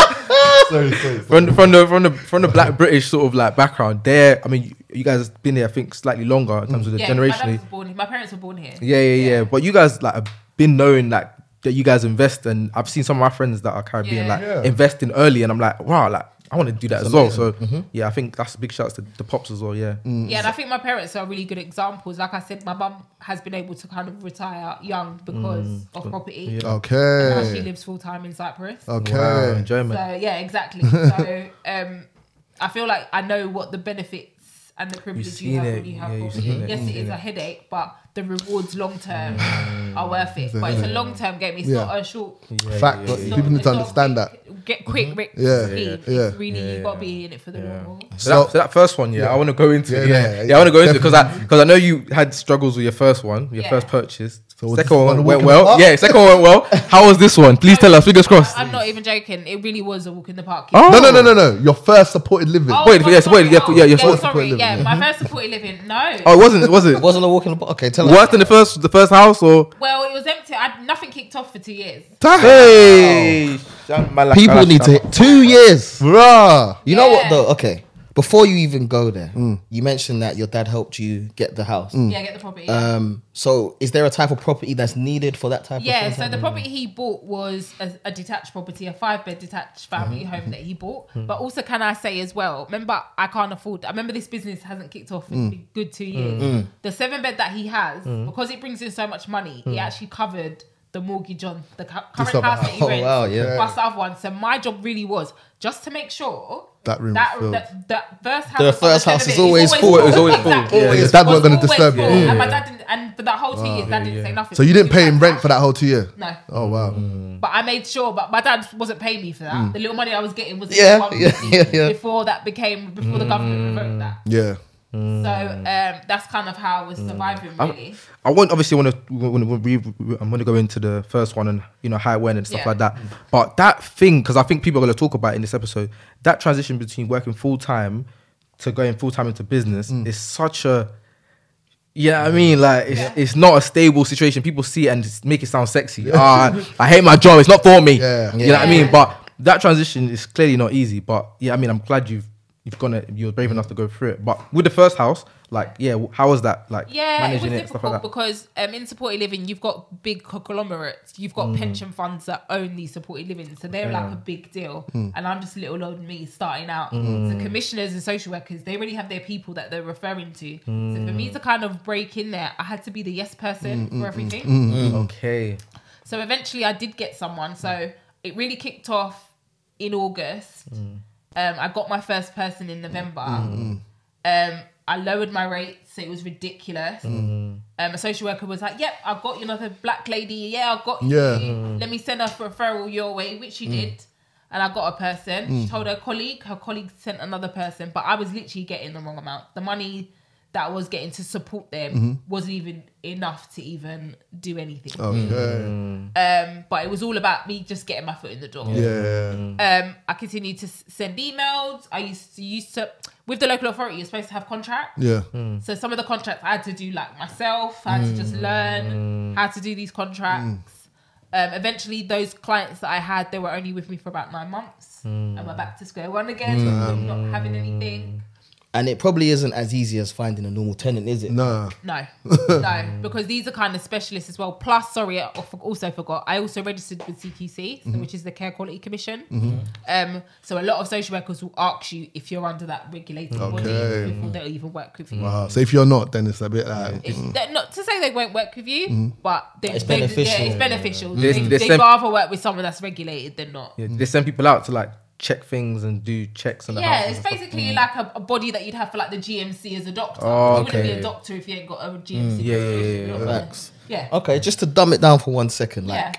S4: sorry, sorry.
S3: from, from the from the from the Black British sort of like background. There, I mean, you, you guys have been there, I think, slightly longer in terms of the
S1: Yeah, 'cause my, dad
S3: generationally.
S1: was born, here- my parents were born here.
S3: Yeah, yeah, yeah, But you guys like have been knowing like that you guys invest, and I've seen some of my friends that are Caribbean
S1: Yeah.
S3: like
S4: Yeah.
S3: investing early, and I'm like, wow, like I want to do that as well. So
S4: Mm-hmm.
S3: yeah, I think that's big shouts to the pops as well. Yeah,
S4: Mm.
S1: Yeah, and I think my parents are really good examples. Like I said, my mum has been able to kind of retire young because
S3: Mm.
S1: of property. And now she
S4: Okay.
S1: lives full time in Cyprus.
S4: Okay.
S3: wow, enjoyment.
S1: So yeah, exactly. So um, I feel like I know what the benefits and the privilege you
S3: seen
S1: have
S3: it.
S1: when you have
S3: Yeah, you've
S1: property.
S3: seen it.
S1: Yes,
S3: You've
S1: it is
S3: seen
S1: a headache, but the rewards long term are worth it.
S4: Yeah.
S1: But it's a long term game. It's
S4: Yeah.
S1: not a short.
S3: Yeah,
S4: Fact.
S3: yeah,
S1: it's
S4: People
S1: not-
S4: need
S1: it's
S4: to
S1: not
S4: understand that.
S1: quick- Get quick, Rick.
S4: Yeah.
S1: scheme.
S4: Yeah.
S1: It's
S4: Yeah.
S1: really
S3: Mm-hmm. Yeah,
S1: you got
S3: yeah.
S1: to be in it for the
S3: Yeah.
S1: long haul.
S3: So, that, so that first one, yeah, I want to go into.
S4: Yeah,
S3: it, yeah,
S4: yeah,
S3: yeah,
S4: yeah,
S3: I want to go into because I because I know you had struggles with your first one, your
S1: Yeah.
S3: first purchase.
S4: was
S3: second
S4: this
S3: one
S4: one
S3: went
S4: walking
S3: well.
S4: apart?
S3: Yeah, second one went well. How was this one? Please tell us. Fingers crossed.
S1: I'm not even joking. It really was a walk in the park.
S3: Oh.
S4: No, no, no, no, no. Your first supported living.
S1: Oh,
S3: Wait,
S1: my-
S3: yes, wait,
S1: sorry.
S3: yeah,
S1: Oh,
S3: yeah, your first Mm-hmm.
S1: sorry,
S4: supported
S1: yeah.
S4: living.
S1: My first supported living. No.
S3: Oh, it wasn't. Was it
S2: Wasn't a walk in the park. Okay, tell us.
S3: worse than the first? The first house or?
S1: Well, it was empty. I, nothing kicked off for two years.
S3: Hey,
S2: People need to hit two years.
S4: Bruh.
S2: You know what
S1: Yeah.
S2: though? Okay, before you even go there,
S3: Mm.
S2: you mentioned that your dad helped you get the house.
S1: Yeah, get the property.
S2: Um, so is there a type of property that's needed for that type
S1: Yeah,
S2: of thing?
S1: so the property he bought was a, a detached property, a five bed detached
S2: Mm-hmm,
S1: family home that he bought.
S2: Hmm.
S1: But also, can I say as well, remember, I can't afford, I remember this business hasn't kicked off in
S2: Mm.
S1: a good two years.
S4: Mm.
S1: The seven bed that he has, because it brings in so much money,
S2: Mm.
S1: it actually covered the mortgage on the cu- current
S4: other
S1: house that he
S2: house. Oh,
S1: rents,
S2: wow, yeah.
S1: plus the other one. So my job really was just to make sure.
S4: That room
S1: that,
S4: was filled.
S1: that, that first house,
S2: The
S1: on
S2: first house
S1: seven
S2: is
S1: bed
S2: always full.
S3: It's always full.
S1: Exactly.
S4: Yeah, your
S1: Was
S4: dad wasn't gonna
S1: always
S4: disturb you.
S1: full.
S4: Yeah,
S1: And my dad didn't, and for that whole two years, dad didn't say nothing.
S4: So you didn't
S1: He was
S4: pay him
S1: like,
S4: rent for that whole two year?
S1: No.
S4: Oh wow.
S2: Mm.
S3: Mm.
S1: But I made sure, but my dad wasn't paying me for that. The little money I was getting was
S2: Yeah,
S1: one
S2: yeah,
S1: fifty
S2: yeah, yeah.
S1: before that became before the government
S3: Mm.
S1: revoked that.
S4: Yeah.
S1: So um, that's kind of how I
S3: Mm.
S1: was surviving, really.
S3: I want obviously want to want to re, re- I'm going to go into the first one and you know how it went and stuff
S1: Yeah.
S3: like that. But that thing because I think people are going to talk about it in this episode that transition between working full time to going full time into business is such a yeah, I mean, like it's, it's not a stable situation. People see it and just make it sound sexy. Ah, I hate my job. It's not for me.
S4: Yeah.
S3: You know what I mean?
S1: Yeah.
S3: But that transition is clearly not easy. But yeah, I mean, I'm glad you've you've gone. it- You're brave enough to go through it. But with the first house, like, yeah, how was that? Like,
S1: Yeah, it was
S3: managing it, stuff
S1: difficult
S3: like that.
S1: because um, in supported living, you've got big conglomerates. You've
S3: Mm.
S1: got pension funds that own these supported living, so they're like a big deal.
S3: Mm.
S1: And I'm just little old me starting out. So commissioners and social workers, they really have their people that they're referring to. So for
S3: Mm.
S1: me to kind of break in there, I had to be the yes person for everything.
S3: mm. Okay.
S1: So eventually I did get someone. So it really kicked off in August. Um, I got my first person in November. Um, I lowered my rates. So it was ridiculous. Um, a social worker was like, yep, I've got you another black lady. Yeah, I've got you.
S4: Yeah.
S1: Let me send her for referral your way, which she did. and I got a person. She told her colleague. Her colleague sent another person, but I was literally getting the wrong amount. The money that I was getting to support them wasn't even enough to even do anything.
S4: Okay.
S2: Mm.
S1: Um, but it was all about me just getting my foot in the door.
S4: Yeah.
S1: Um, I continued to s- send emails. I used to used to with the local authority. You're supposed to have contracts.
S3: Mm.
S4: Yeah.
S1: So some of the contracts I had to do like myself. I had to just learn how to do these contracts. Um, eventually, those clients that I had, they were only with me for about nine months, and we're back to square one again, with not having anything.
S2: And it probably isn't as easy as finding a normal tenant, is it?
S4: Nah.
S1: No, no, because these are kind of specialists as well. Plus, sorry, I for- also forgot. I also registered with CQC,
S3: Mm-hmm.
S1: so which is the Care Quality Commission. Um, so a lot of social workers will ask you if you're under that regulated
S4: Okay.
S1: body before they'll even work
S3: Mm.
S1: with you.
S3: Mm-hmm.
S4: Wow. So if you're not, then it's a bit like.
S1: It's they're not to say they won't work with you,
S3: Mm-hmm.
S1: but they,
S2: It's
S1: they-
S2: beneficial.
S1: Yeah, it's beneficial.
S3: They-
S1: They,
S3: they
S1: they'd
S3: send-
S1: rather work with someone that's regulated than not.
S3: Yeah, they send people out to like check things and do checks on the
S1: Yeah,
S3: house.
S1: it's basically like a, a body that you'd have for like the GMC as a doctor.
S3: Oh,
S1: you wouldn't be
S3: okay. Mm.
S1: a doctor if you ain't got a GMC.
S3: yeah, yeah, yeah,
S1: registration.
S3: yeah.
S1: You're not-
S2: Facts.
S1: Yeah.
S2: Okay, just to dumb it down for one second, like,
S1: Yeah.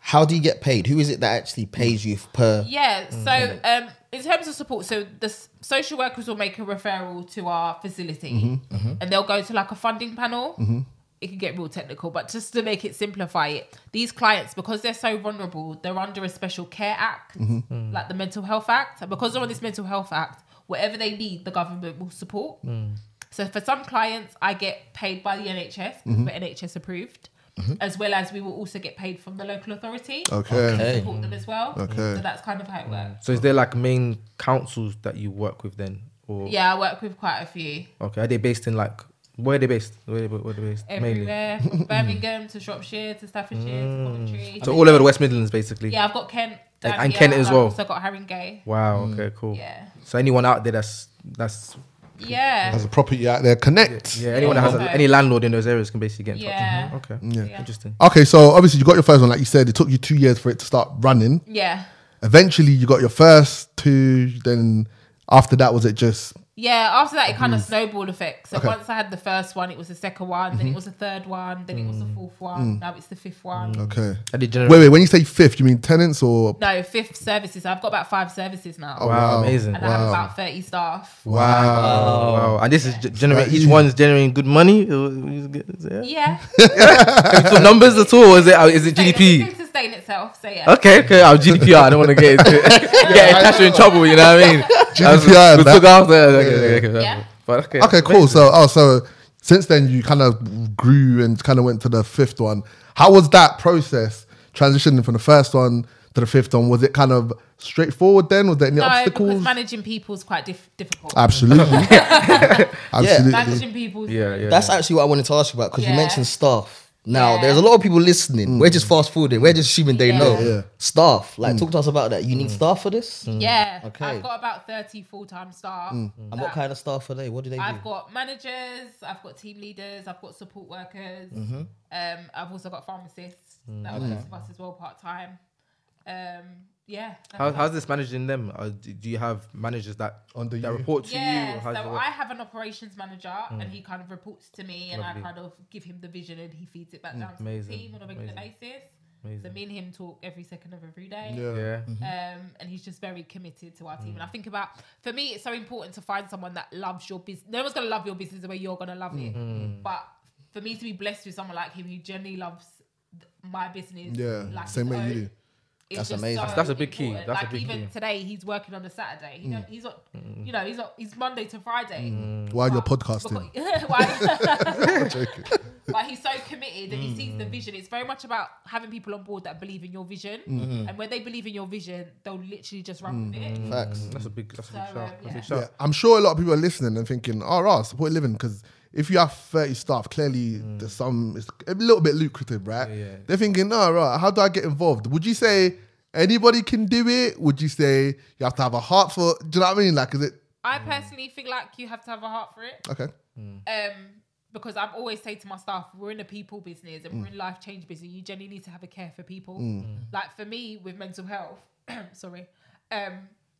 S2: how do you get paid? Who is it that actually pays you per?
S1: Yeah. So, um, in terms of support, so the s- social workers will make a referral to our facility, and they'll go to like a funding panel. It can get real technical, but just to make it simplify it, these clients because they're so vulnerable, they're under a special care act, like the Mental Health Act, and because they're on this Mental Health Act, whatever they need, the government will support. So for some clients, I get paid by the NHS because we're NHS approved. As well as we will also get paid from the local authority
S4: Okay.
S1: to support them as well.
S4: Okay.
S1: So that's kind of how it works.
S3: So is there like main councils that you work with then, or
S1: Yeah, I work with quite a few.
S3: okay, are they based in like where are they based? Where are they, where are they based? Mainly. Mm.
S1: Everywhere, from Birmingham to Shropshire to Staffordshire to Coventry.
S3: So all over the West Midlands, basically.
S1: Yeah, I've got Kent. down
S3: And
S1: here,
S3: Kent as well.
S1: I've also got Haringey.
S3: Wow. Okay. Cool.
S1: Yeah.
S3: So anyone out there that's that's
S1: Yeah.
S4: As a property out there, connect.
S3: yeah anyone that has
S1: Okay.
S3: a, any landlord in those areas can basically get in touch.
S1: Yeah.
S3: Mhm, Okay.
S4: Yeah.
S3: Interesting.
S4: Okay, so obviously you got your first one, like you said, it took you two years for it to start running.
S1: Yeah.
S4: Eventually, you got your first two. Then after that, was it just
S1: Yeah, after that, it kind of
S4: Mm.
S1: snowball effect. So once I had the first one, it was the second one, then
S4: Mm-hmm.
S1: it was the third one, then it was the
S3: Mm.
S1: fourth
S4: Mm.
S1: one, now it's the fifth one.
S4: okay?
S3: Are they
S4: Wait,
S3: generally?
S4: wait. When you say fifth, you mean tenants or
S1: No, fifth services. I've got about five services now.
S3: wow,
S4: Oh, Wow.
S3: Amazing.
S1: And I have about 30 staff.
S4: wow?
S3: Wow. And this is ge- generate
S4: That
S3: each
S4: is-
S3: one's generating good money. Is
S1: Yeah.
S3: it numbers at all? Or is it uh, is it
S1: Sustain-
S3: GDP?
S1: It's sustain itself, so yeah.
S3: Okay, okay. I'm GDPR. I don't want to get into it. yeah, cash in trouble. You know what I mean?
S4: GDPR,
S3: We
S4: that-
S3: took after. Okay, okay, okay.
S1: Yeah.
S3: But okay.
S4: Okay, cool. So oh, so since then you kind of grew and kind of went to the fifth one. How was that process transitioning from the first one to the fifth one? Was it kind of straightforward then? Was there any
S1: No, because
S4: obstacles?
S1: managing people is quite diff- difficult.
S4: Absolutely, absolutely.
S1: managing people.
S3: Yeah, yeah.
S2: That's actually what I wanted to ask you about because you
S1: Yeah.
S2: mentioned staff. Now,
S1: Yeah.
S2: there's a lot of people listening. We're just fast forwarding. We're just assuming they
S1: Yeah. Mm.
S2: know
S4: Yeah.
S2: staff. Like, talk to us about that. You need staff for this,
S1: Yeah.
S3: Mm.
S2: Okay.
S1: I've got about 30 full time staff.
S2: and what kind of staff are they? What do they
S1: I've
S2: do?
S1: got managers, I've got team leaders, I've got support workers. Um, I've also got pharmacists
S3: Mm.
S1: that works with us as well part time. Um, yeah.
S3: How, how's this managing them? Uh, do, do you have managers that
S4: Under
S3: that
S4: you.
S3: report to you?
S1: yeah,
S3: or how's it
S1: so
S3: work? Mm.
S1: I have an operations manager, and he kind of reports to me, and I kind of give him the vision, and he feeds it back down to
S3: Mm. Amazing.
S1: the team on a regular
S3: Amazing.
S1: basis. So
S3: Amazing.
S1: me and him talk every second of every day.
S3: yeah.
S1: um, and he's just very committed to our team. And I think about for me, it's so important to find someone that loves your business. No one's gonna love your business the way you're gonna love it. But for me to be blessed with someone like him who genuinely loves th- my business,
S4: Yeah,
S1: like
S4: same
S1: his
S4: way you
S1: own,
S4: do.
S1: is
S2: That's
S1: just
S2: amazing.
S1: so
S2: That's-
S3: that's a big key.
S1: important.
S3: That's a
S1: like
S3: big
S1: even
S3: key.
S1: today, he's working on a Saturday. He don't, he's not, you know, he's not. He's Monday to Friday.
S4: While you're
S1: But-
S4: podcasting,
S1: because- why-
S4: Joking.
S1: like he's so committed and he sees the vision. It's very much about having people on board that believe in your vision, and when they believe in your vision, they'll literally just run with it.
S2: Facts.
S3: That's a big. That's a big
S1: So, um,
S3: shout. That's a big
S1: yeah.
S3: shout.
S4: Yeah, I'm sure a lot of people are listening and thinking, "Oh, right, support living." Because if you have 30 staff, clearly there's some. It's a little bit lucrative, right?
S3: Mm. Yeah, yeah.
S4: They're thinking, "Oh, right, how do I get involved?" Would you say anybody can do it? Would you say you have to have a heart for? Do you know what I mean? Like, is it
S1: I personally feel like you have to have a heart for it.
S4: okay?
S1: Um, because I've always say to my staff, we're in a people business and we're in life change business. You genuinely need to have a care for people. Like for me with mental health, sorry, um,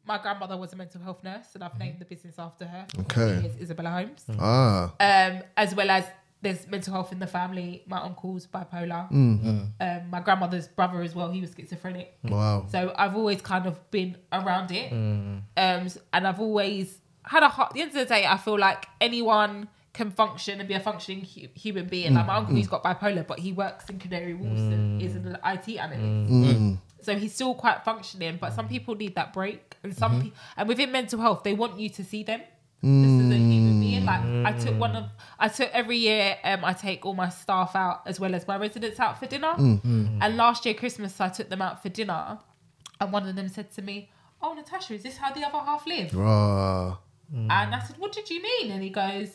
S1: my grandmother was a mental health nurse and I've named the business after her.
S4: Okay.
S1: It's Isabella Holmes.
S4: Ah,
S1: Um, as well as there's mental health in the family. My uncle's bipolar. Um, my grandmother's brother as well. He was schizophrenic.
S4: Wow.
S1: So I've always kind of been around it. Um, s- and I've always had a heart. At the end of the day, I feel like anyone can function and be a functioning hu- human being. Like my uncle, he's got bipolar, but he works in Canary Wolf and is an IT analyst. So he's still quite functioning, but some people need that break, and some pe- and within mental health, they want you to see them. This is a human being. Like I took
S3: Mm.
S1: one of, I took every year. Um, I take all my staff out as well as my residents out for dinner.
S4: Mm.
S3: Mm.
S1: And last year Christmas, I took them out for dinner, and one of them said to me, "Oh, Natasha, is this how the other half live?"
S4: Rah,
S3: Mm.
S1: And I said, "What did you mean?" And he goes,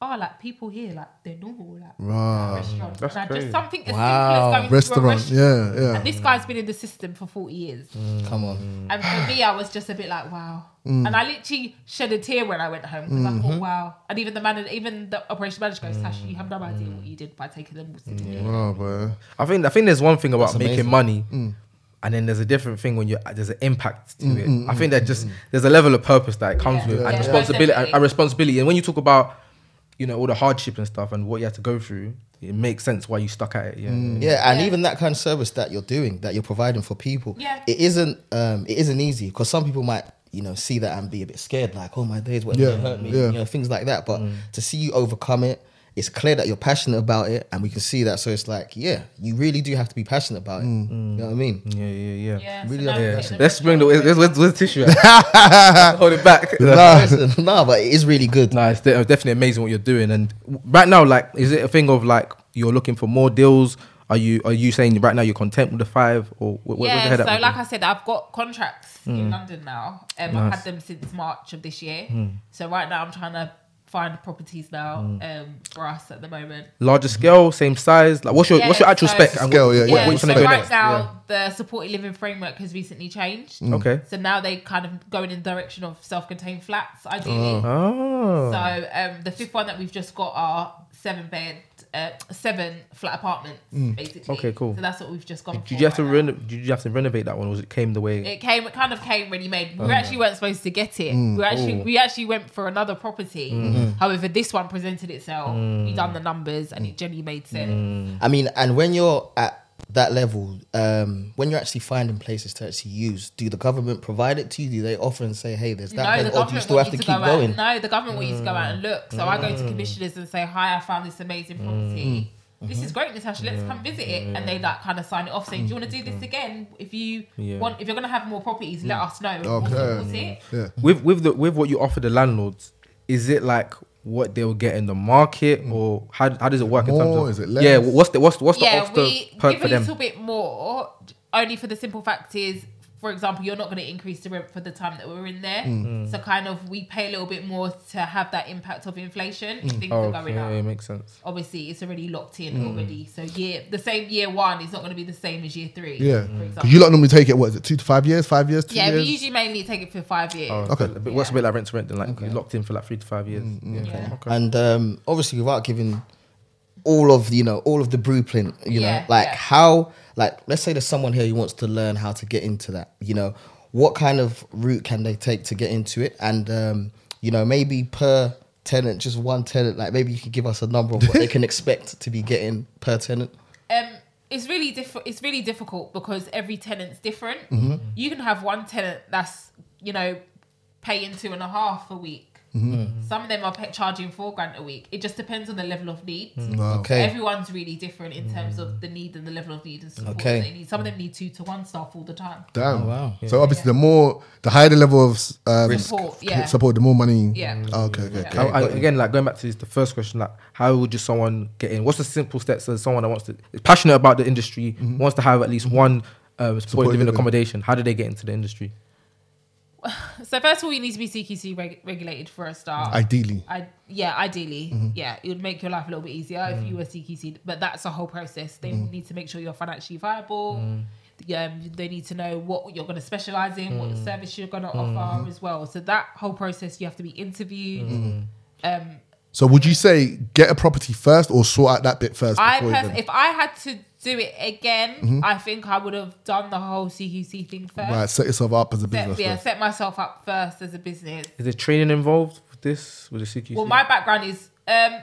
S1: "Oh, like people here, like they're normal, like
S4: Mm. rah.
S1: restaurant."
S3: That's
S1: and I
S3: crazy.
S1: just something as
S2: Wow.
S1: simple as going to a
S4: Restaurant.
S1: restaurant.
S4: Yeah, yeah.
S1: And this guy's been in the system for forty years.
S2: Come on.
S1: And for me, I was just a bit like, wow.
S3: Mm.
S1: And I literally shed a tear when I went home because I
S3: Mm-hmm.
S1: thought, wow. And even the man, even the operation manager goes, Sasha, you have no idea
S3: Mm.
S1: what you did by taking them all to dinner."
S4: Rah, boy.
S3: I think I think there's one thing about
S2: That's
S3: making
S2: amazing. Mm.
S3: money, and then there's a different thing when you there's an impact to it.
S2: mm,
S3: I think that just there's a level of purpose that it comes
S1: Yeah.
S3: with,
S1: Yeah.
S3: and
S1: Yeah.
S3: responsibility, and,
S1: Definitely.
S3: and responsibility. And when you talk about, you know, all the hardship and stuff, and what you had to go through, it makes sense why you stuck at it. Yeah,
S2: Yeah, and
S1: Yeah.
S2: even that kind of service that you're doing, that you're providing for people,
S1: Yeah.
S2: it isn't um, it isn't easy because some people might you know see that and be a bit scared, like oh my days, what if
S4: Yeah,
S2: they hurt me,
S4: yeah. Mm.
S2: you know things like that. But to see you overcome it, it's clear that you're passionate about it, and we can see that. So it's like yeah, you really do have to be passionate about it.
S4: Mm.
S2: You know what I mean?
S3: yeah, yeah. yeah.
S1: Yeah,
S2: Really
S1: now
S2: have
S1: we're
S2: to
S1: getting
S3: So
S1: them
S3: Let's
S1: to
S3: bring the
S1: Charles.
S3: where's, where's, where's the tissue. At? Hold it back.
S2: No, no, but it is really good.
S3: No, it's de- definitely amazing what you're doing. And w- right now, like, is it a thing of like you're looking for more deals? Are you are you saying right now you're content with the five or wh- wh- where's your
S1: yeah,
S3: head
S1: so
S3: at with Mm.
S1: like
S3: it?
S1: I said, I've got contracts in London now. Um, I've had them since March of this year.
S3: Mm.
S1: So right now, I'm trying to find properties now um, for us at the moment.
S3: larger
S4: Mm-hmm.
S3: scale, same size? Like, what's your what's your
S1: Yeah,
S3: actual
S1: so-
S3: spec? and
S4: Scale,
S3: what-
S4: yeah,
S3: what-
S1: Yeah,
S3: what you
S1: so
S3: trying to go
S1: right
S3: next?
S1: now, the supported living framework has recently changed.
S3: Yeah. Okay.
S1: So now they kind of going in the direction of self-contained flats, ideally.
S3: Oh,
S4: Mm.
S1: So um, the fifth one that we've just got are seven bed, uh, seven flat apartments, basically.
S3: Mm. Okay, cool.
S1: So that's what we've just gone. for
S3: did you have to
S1: right now.
S3: reno- did you have to renovate that one, or was it came the way?
S1: It came. It kind of came ready made.
S3: Oh.
S1: We actually weren't supposed to get it.
S3: Mm.
S1: we actually we actually went for another property.
S3: Mm-hmm.
S1: However, this one presented itself.
S3: Mm.
S1: We done the numbers, and it generally made sense.
S4: Mm.
S2: I mean, and when you're at that level, um, when you're actually finding places to actually use, do the government provide it to you? Do they offer and say, hey, there's that,
S1: No, the
S2: place, or do you
S1: government
S2: still
S1: want
S2: have
S1: you
S2: to
S1: to
S2: keep
S1: go out.
S2: going? Mm.
S1: No, the government want you to go out and look. So I go to commissioners and say, "Hi, I found this amazing property.
S2: Mm.
S1: This
S2: Mm-hmm.
S1: is great, Natasha. Let's come visit it." And they like kind of sign it off, saying, "Do you want to do
S2: Mm-hmm.
S1: this again? If you
S3: Yeah.
S1: want, if you're going to have more properties,
S2: Mm.
S1: let us know. We'll
S4: Okay.
S1: support it."
S4: Yeah.
S3: With with the with what you offer the landlords, is it like what they'll get in the market, or how, how does it work in terms
S4: Mm. More,
S3: of?
S4: is it less?
S3: Yeah, what's the what's the, what's the
S1: yeah,
S3: off the
S1: we
S3: perk
S1: give
S3: for
S1: a
S3: them?
S1: little bit more, only for the simple fact is, for example, you're not going to increase the rent for the time that we're in there.
S2: Mm.
S1: So kind of we pay a little bit more to have that impact of inflation. if
S2: Mm.
S1: Things are going up.
S3: Oh, Okay, makes sense.
S1: obviously it's already locked in already. So year the same year one is not going to be the same as year three.
S4: Yeah.
S2: Mm.
S1: for example.
S4: Because you lot normally take it, what is it, two to five years? Five years? Two
S1: yeah,
S4: years?
S1: we usually mainly take it for five years.
S3: Oh,
S4: Okay. Mm,
S3: okay. But what's a bit like rent to rent then? Like
S2: Okay.
S3: you're locked in for like three to five years. yeah.
S1: Yeah.
S3: Okay.
S2: And um, obviously, without giving all of you know all of the blueprint, you
S1: Yeah,
S2: know, like
S1: yeah.
S2: how, like let's say there's someone here who wants to learn how to get into that, you know, what kind of route can they take to get into it, and um, you know, maybe per tenant, just one tenant, like maybe you could give us a number of what they can expect to be getting per tenant.
S1: Um, it's really diff- It's really difficult because every tenant's different.
S2: Mm-hmm.
S1: You can have one tenant that's you know paying two and a half a week.
S2: Mm-hmm.
S1: Some of them are pay- charging four grand a week. It just depends on the level of need.
S4: Wow.
S2: Mm. Okay. Mm.
S1: Everyone's really different in terms of the need and the level of need and support
S2: Okay.
S1: that they need. Some of them need two to one staff all the time.
S4: Damn.
S2: Oh, wow.
S4: So obviously, the more, the higher the level of um,
S1: Support, yeah.
S4: support, the more money.
S1: Yeah.
S4: Oh, okay, okay, okay.
S3: How- I- again, like going back to this, the first question, like how would just someone get in? What's the simple steps as someone that wants to is passionate about the industry, wants to have at least one um, supported living
S4: living.
S3: accommodation? How do they get into the industry?
S1: So first of all, you need to be CQC reg- regulated for a start.
S4: Ideally.
S1: I yeah, ideally,
S4: Mm-hmm.
S1: yeah, it would make your life a little bit easier if
S4: Mm.
S1: you were CQC. But that's a whole process. They
S4: Mm-hmm.
S1: need to make sure you're financially viable.
S4: Mm.
S1: Yeah, um, they need to know what you're going to specialize in, what
S4: Mm.
S1: service you're going to
S4: Mm-hmm.
S1: offer as well. So that whole process, you have to be interviewed. Um,
S4: So would you say get a property first or sort out that bit first?
S1: I
S4: before you
S1: pers-
S4: then-
S1: if I had to do it again, I think I would have done the whole CQC thing first.
S4: Right, set yourself up as a
S1: Set,
S4: business.
S1: yeah,
S4: first.
S1: set myself up first as a business.
S3: Is there training involved with this? With the CQC?
S1: Well, my background is um,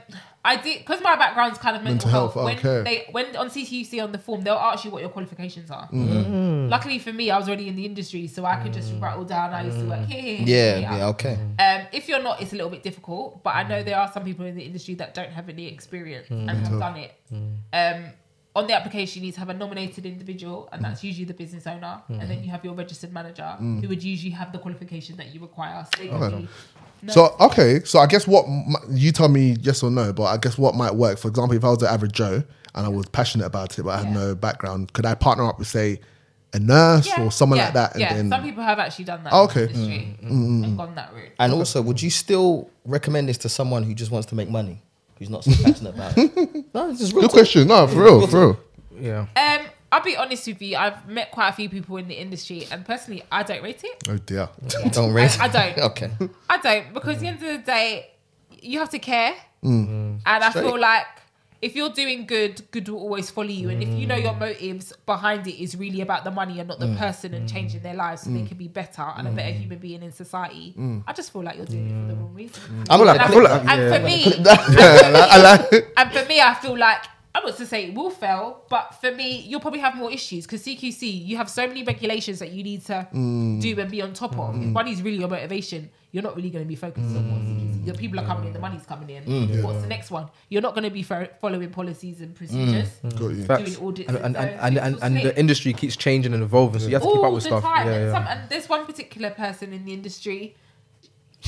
S1: I did because my background's kind of mental,
S4: Mental health,
S1: When
S4: okay.
S1: they when on CTUC on the form, they'll ask you what your qualifications are.
S4: Mm.
S1: Luckily for me, I was already in the industry, so I could just rattle down. I used to work here, here,
S2: Yeah,
S1: here, here.
S2: yeah, okay.
S1: Um, if you're not, it's a little bit difficult. But I know there are some people in the industry that don't have any experience
S4: Mm.
S1: and have done it. Um, on the application, you need to have a nominated individual, and that's usually the business owner. And
S4: Mm.
S1: then you have your registered manager, who would usually have the qualification that you require. So they usually- No.
S4: So okay, so I guess what m- you tell me yes or no, but I guess what might work. For example, if I was an average Joe and I was passionate about it, but I had
S1: Yeah.
S4: no background, could I partner up with say a nurse or someone
S1: yeah,
S4: like that? And
S1: yeah,
S4: then
S1: some people have actually done that.
S4: Oh, okay. mm,
S1: in the industry and gone that route.
S2: And also, would you still recommend this to someone who just wants to make money, who's not so passionate about it? No, it's just real
S4: good
S2: talk.
S4: question. No, for real, for real.
S3: Yeah.
S1: Um, I'll be honest with you. I've met quite a few people in the industry, and personally, I don't rate it.
S4: Oh dear.
S2: Don't raise.
S1: I- I don't.
S2: Okay.
S1: I don't because at the end of the day, you have to care,
S4: Mm.
S1: and I feel like if you're doing good, good will always follow you. And if you know your motives behind it is really about the money and not the
S4: Mm.
S1: person and changing their lives so they can be better and a better human being in society,
S4: Mm.
S1: I just feel like you're doing it for the wrong reason.
S2: I'm like,
S1: and I
S2: click
S1: feel-
S2: that.
S1: and for me, and for me, I feel like I'm not to say it will fail, but for me, you'll probably have more issues because CQC, you have so many regulations that you need to
S3: Mm.
S1: do and be on top of. If money's really your motivation, you're not really going to be focused on what CQC.
S3: Mm.
S1: The people are coming in, the money's coming in. What's the next one? You're not going to be fo- following policies and procedures.
S4: Got you.
S3: Mm. Facts.
S1: Doing audits
S3: And,
S1: and
S3: and,
S1: so it's
S3: and, and, and,
S1: all
S3: and
S1: slick.
S3: the industry keeps changing and evolving, so you have to keep up with stuff. Yeah,
S1: and,
S3: yeah.
S1: Some, and there's one particular person in the industry.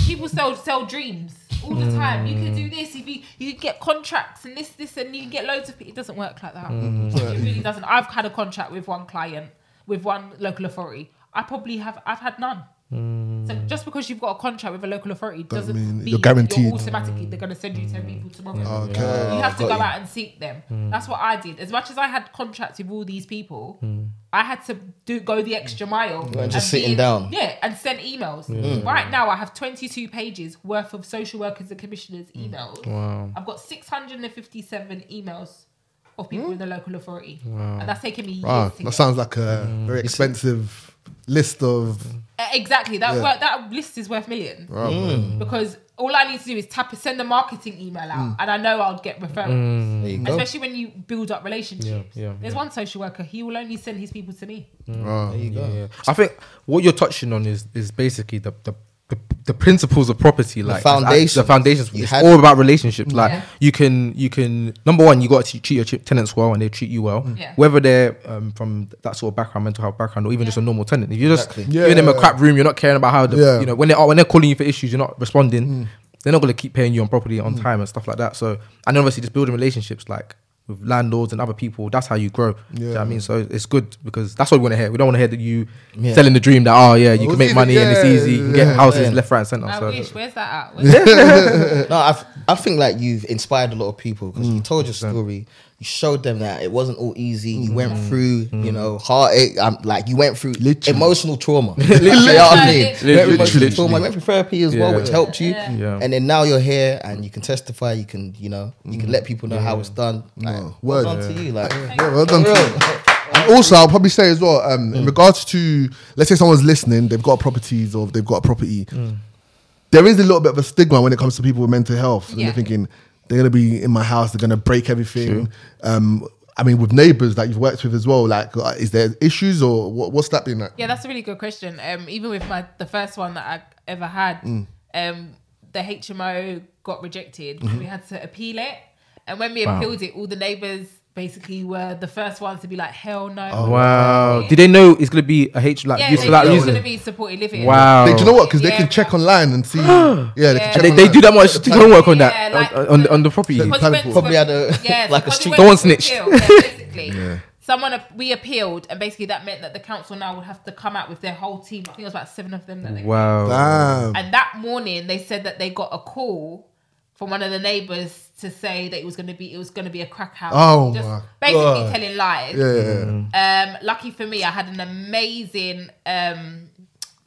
S1: People sell sell dreams all the time. You can
S3: Mm.
S1: do this if you you can get contracts and this this and you can get loads of. pe- It doesn't work like that.
S3: Mm.
S1: It really doesn't. I've had a contract with one client with one local authority. I probably have. I've had none. So
S3: Mm.
S1: just because you've got a contract with a local authority doesn't
S4: mean
S1: mean
S4: you're guaranteed. Mm.
S1: automatically they're going to send you ten people tomorrow.
S4: Okay.
S1: You have to
S2: Got
S1: go
S2: you.
S1: out and seek them. That's what I did. As much as I had contracts with all these people, I had to do go the extra mile
S2: and just
S1: be
S2: sitting
S1: in-
S2: down.
S1: Yeah, and send emails. Right now, I have 22 pages worth of social workers and commissioners' emails.
S3: Wow.
S1: I've got 657 emails of people in the local authority, and that's taken me years.
S4: Wow, Ah,
S1: to
S4: that
S1: get.
S4: sounds like a
S3: Mm.
S4: very expensive list of. ah,
S1: Uh, exactly that.
S4: Yeah.
S1: wor- that list is worth millions
S4: Wow.
S3: Mm.
S1: because all I need to do is tap send a marketing email out, and I know I'll get referrals.
S2: There you go.
S1: Especially when you build up relationships.
S3: Oh. Yeah, yeah,
S1: There's
S3: yeah.
S1: one social worker, he will only send his people to me.
S4: Wow.
S2: There you go.
S3: Yeah, yeah. I think what you're touching on is is basically the the, the, the principles of property, like
S2: foundations.
S3: The foundations.
S2: You
S3: It's
S2: had-
S3: all about relationships. Like
S1: Yeah.
S3: you can you can number one, you got to treat your ch- tenants well, and they treat you well,
S2: Mm.
S1: Yeah.
S3: whether they're um, from that sort of background, mental health background, or even just a normal tenant. If you're just
S2: Exactly.
S3: giving them a
S4: Yeah.
S3: crap room, you're not caring about how the,
S4: Yeah.
S3: you know when they are when they're calling you for issues, you're not responding. They're not going to keep paying you on property on time and stuff like that. So and obviously just building relationships like. With landlords and other people, that's how you grow. Do you know what I
S4: Yeah.
S3: mean? So it's good because that's what we want to hear. We don't want to hear that you
S2: Yeah.
S3: selling the dream that oh yeah you
S4: Well,
S3: can make
S4: see,
S3: money and it's
S4: yeah,
S3: easy you can get
S4: yeah,
S3: houses
S2: yeah.
S3: left right and center
S1: I
S3: so
S1: wish. Where's that at? Where's
S2: No, I, I think like you've inspired a lot of people because
S3: Mm,
S2: you told your story, you showed them that it wasn't all easy.
S3: Mm-hmm.
S2: You went through, you know, heartache. Um, like you went through
S4: Literally.
S2: emotional trauma. you know what I
S1: Literally.
S2: mean? You went through emotional
S3: Literally.
S2: trauma. You went through therapy as well,
S3: Yeah.
S2: which helped you.
S1: Yeah.
S3: Yeah.
S2: And then now you're here and you can testify. You can, you know, you
S3: Mm.
S2: can let people know how it's done. Like,
S4: word.
S2: well done to you. Like,
S4: Yeah, well done. to you. And also, I'll probably say as well, um,
S3: Mm.
S4: in regards to, let's say someone's listening, they've got properties or they've got a property.
S3: Mm.
S4: There is a little bit of a stigma when it comes to people with mental health. And
S1: Yeah.
S4: they're thinking, they're going to be in my house, they're going to break everything. Um, I mean, with neighbors that you've worked with as well, like, uh, is there issues or what, what's that been like?
S1: Yeah, that's a really good question. Um, even with my the first one that I ever had,
S3: Mm.
S1: um, the HMO got rejected. We had to appeal it, and when we
S3: Mm-hmm. Wow.
S1: appealed it, all the neighbours basically were the first ones to be like, "Hell no!"
S3: Oh, wow did they know it's gonna be a H like
S1: yeah,
S3: used
S1: they
S3: for that
S1: knew it was gonna
S3: reason
S1: be supported living.
S3: wow
S4: They, do you know what? Because they
S1: Yeah.
S4: can check online and see. yeah, they
S1: Yeah.
S4: can check
S3: and they, they
S4: online.
S3: do that much homework on that
S1: Yeah, like-
S3: on, on, the- on the property
S4: Because-
S1: Because we went to
S2: Probably
S1: a-
S2: had a- like
S1: because
S2: a
S1: we
S2: street-
S1: went
S3: Someone
S1: to
S3: snitched.
S1: appeal, yeah, basically. Someone ap- we appealed, and basically that meant that the council now would have to come out with their whole team. I think it was about seven of them. That they
S3: wow
S4: Damn.
S1: And that morning, they said that they got a call from one of the neighbors to say that it was going to be it was going to be a crack house.
S4: Oh
S1: Just
S4: my
S1: basically
S4: God.
S1: telling lies.
S4: Yeah, yeah,
S1: Um, lucky for me, I had an amazing um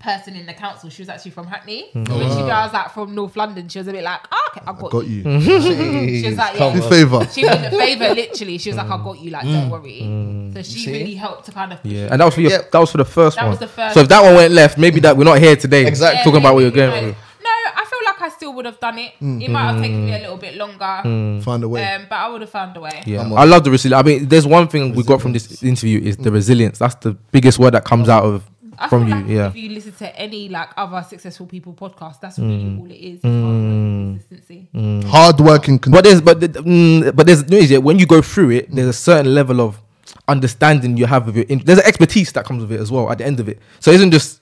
S1: person in the council. She was actually from Hackney. So When she knew I was like from North London, she was a bit like, oh, okay, I've got,
S4: yeah. Got
S1: you.
S4: you.
S3: Mm.
S1: She was like,
S2: Come
S1: yeah.
S4: This favor.
S1: She was a favor, literally. She was like,
S3: Mm.
S1: I got you, like, don't worry. So she
S2: see?
S1: really helped to kind of push
S3: yeah
S1: it.
S3: and that was for your,
S2: Yeah.
S3: that was for the first
S1: That
S3: one
S1: was the first
S3: so if that one went left maybe that we're not here today
S2: Exactly.
S3: talking about what you're
S1: maybe,
S3: going
S1: you know.
S3: through Mm.
S1: No, I feel like I still would have done it. It might have taken me a little bit longer,
S4: Find a way.
S1: um, but I would have found a way.
S3: Yeah,
S2: I'm
S3: I love the resilience. I mean, there's one thing we got from this interview is
S2: Mm.
S3: the resilience. That's the biggest word that comes out of
S1: I
S3: from
S1: feel
S3: you.
S1: like
S3: yeah,
S1: If you listen to any like other successful people podcast, that's really
S3: Mm.
S1: all it is. It's hard work, consistency.
S4: Hard working. Con-
S3: but there's but the, mm, but there's no easier. When you go through it, there's a certain level of understanding you have of your. In- there's an expertise that comes with it as well at the end of it. So it isn't just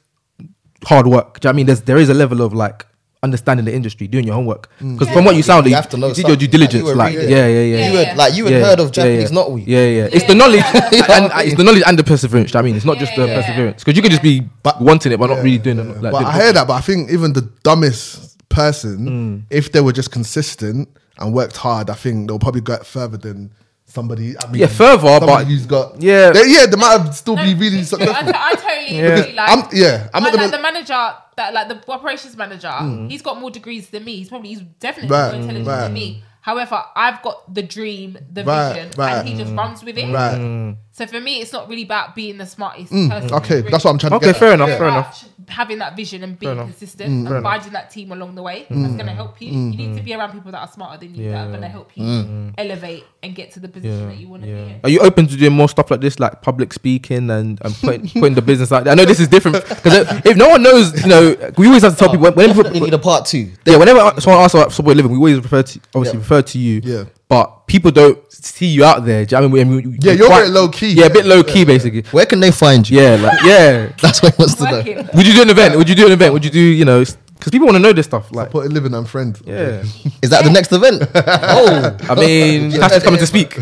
S3: hard work. Do you know what I mean? There's there is a level of like understanding the industry, doing your homework. Because from what you sounded,
S2: Mm. You have to know
S3: did your due
S2: something. Like,
S3: diligence.
S2: you were
S3: Like,
S2: reading it.
S3: yeah, yeah, yeah.
S2: You had, like you had
S3: Yeah,
S2: heard of
S3: yeah,
S2: Japanese
S3: yeah.
S2: knotweed.
S3: Yeah, yeah. It's the knowledge, and, and it's the knowledge and the perseverance. do you know what I mean, it's not just the
S1: Yeah.
S3: perseverance because you could just be
S4: But-
S3: wanting it but not really doing it. Like,
S4: but
S3: doing
S4: I
S3: it
S4: hear that. But I think even the dumbest
S3: Mm.
S4: person, if they were just consistent and worked hard, I think they'll probably get further than somebody. I mean,
S3: Yeah, further,
S4: somebody
S3: but-
S4: who's got
S3: Yeah.
S4: they, yeah, they might have still
S1: No,
S4: be really
S1: it's true. I,
S4: successful.
S1: t- I totally
S3: Yeah.
S1: agree. Like,
S4: I'm yeah,
S1: like,
S4: I'm not
S1: like
S4: gonna. Mm.
S1: the manager that like the operations manager, he's got more degrees than me. He's probably he's definitely
S4: Right,
S1: more intelligent
S4: right.
S1: than me. However, I've got the dream, the
S4: Right,
S1: vision,
S4: right.
S1: and he
S3: Mm.
S1: just runs with it.
S4: Right. Mm.
S1: So for me, it's not really about being the smartest person.
S4: Okay,
S1: really.
S4: that's what I'm trying to
S3: Okay,
S4: get. at.
S3: fair enough,
S4: Yeah.
S3: fair
S1: About
S3: enough.
S1: Having that vision and being
S4: Mm.
S1: consistent and guiding that team along the way that's going to help you. You
S4: Mm-hmm.
S1: need to be around people that are smarter than you that are going to help you
S4: Mm.
S1: elevate and get to the position that you want to
S3: Yeah.
S1: be in.
S3: Are you open to doing more stuff like this, like public speaking and, and putting, putting the business out there? I know this is different because if no one knows, you know, we always have to tell people. When, whenever,
S2: Definitely need a part two.
S3: yeah, whenever someone asks about support living, we always refer to obviously refer to you.
S4: Yeah.
S3: But people don't see you out there. Do you know what I mean, we, we-
S4: Yeah,
S3: we're
S4: you're a bit low key.
S3: Yeah, a bit low key, basically.
S2: Where can they find you?
S3: Yeah, like yeah.
S2: That's what he wants to know.
S1: Working.
S3: Would you do an event? Would you do an event? Would you do you know? Because people want to know this stuff. Like,
S4: Put a living and friend.
S3: yeah.
S2: Is that the next event? oh,
S3: I mean, Tasha's coming to speak.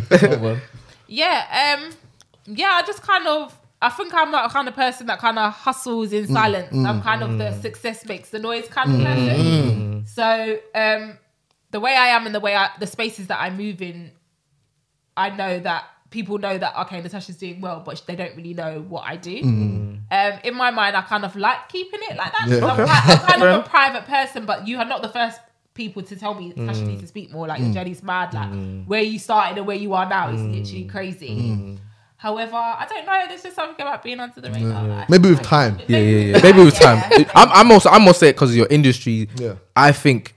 S1: Yeah, um, yeah, I just kind of I think I'm a kind of person that kind of hustles in silence. I'm kind of the success makes the noise kind of person. So um, the way I am and the way I, the spaces that I move in, I know that people know that okay, Natasha's doing well, but they don't really know what I do. Um, in my mind, I kind of like keeping it like that.
S4: Yeah.
S1: I'm, quite- I'm kind of a private person, but you are not the first people to tell me Natasha needs to speak more. Like your journey's mad. Like where you started and where you are now is literally crazy. However, I don't know. There's just something about being under the radar. Like,
S4: Maybe with time.
S3: yeah, yeah, yeah. Maybe with time. I'm, I'm also I'm also because your industry.
S4: Yeah.
S3: I think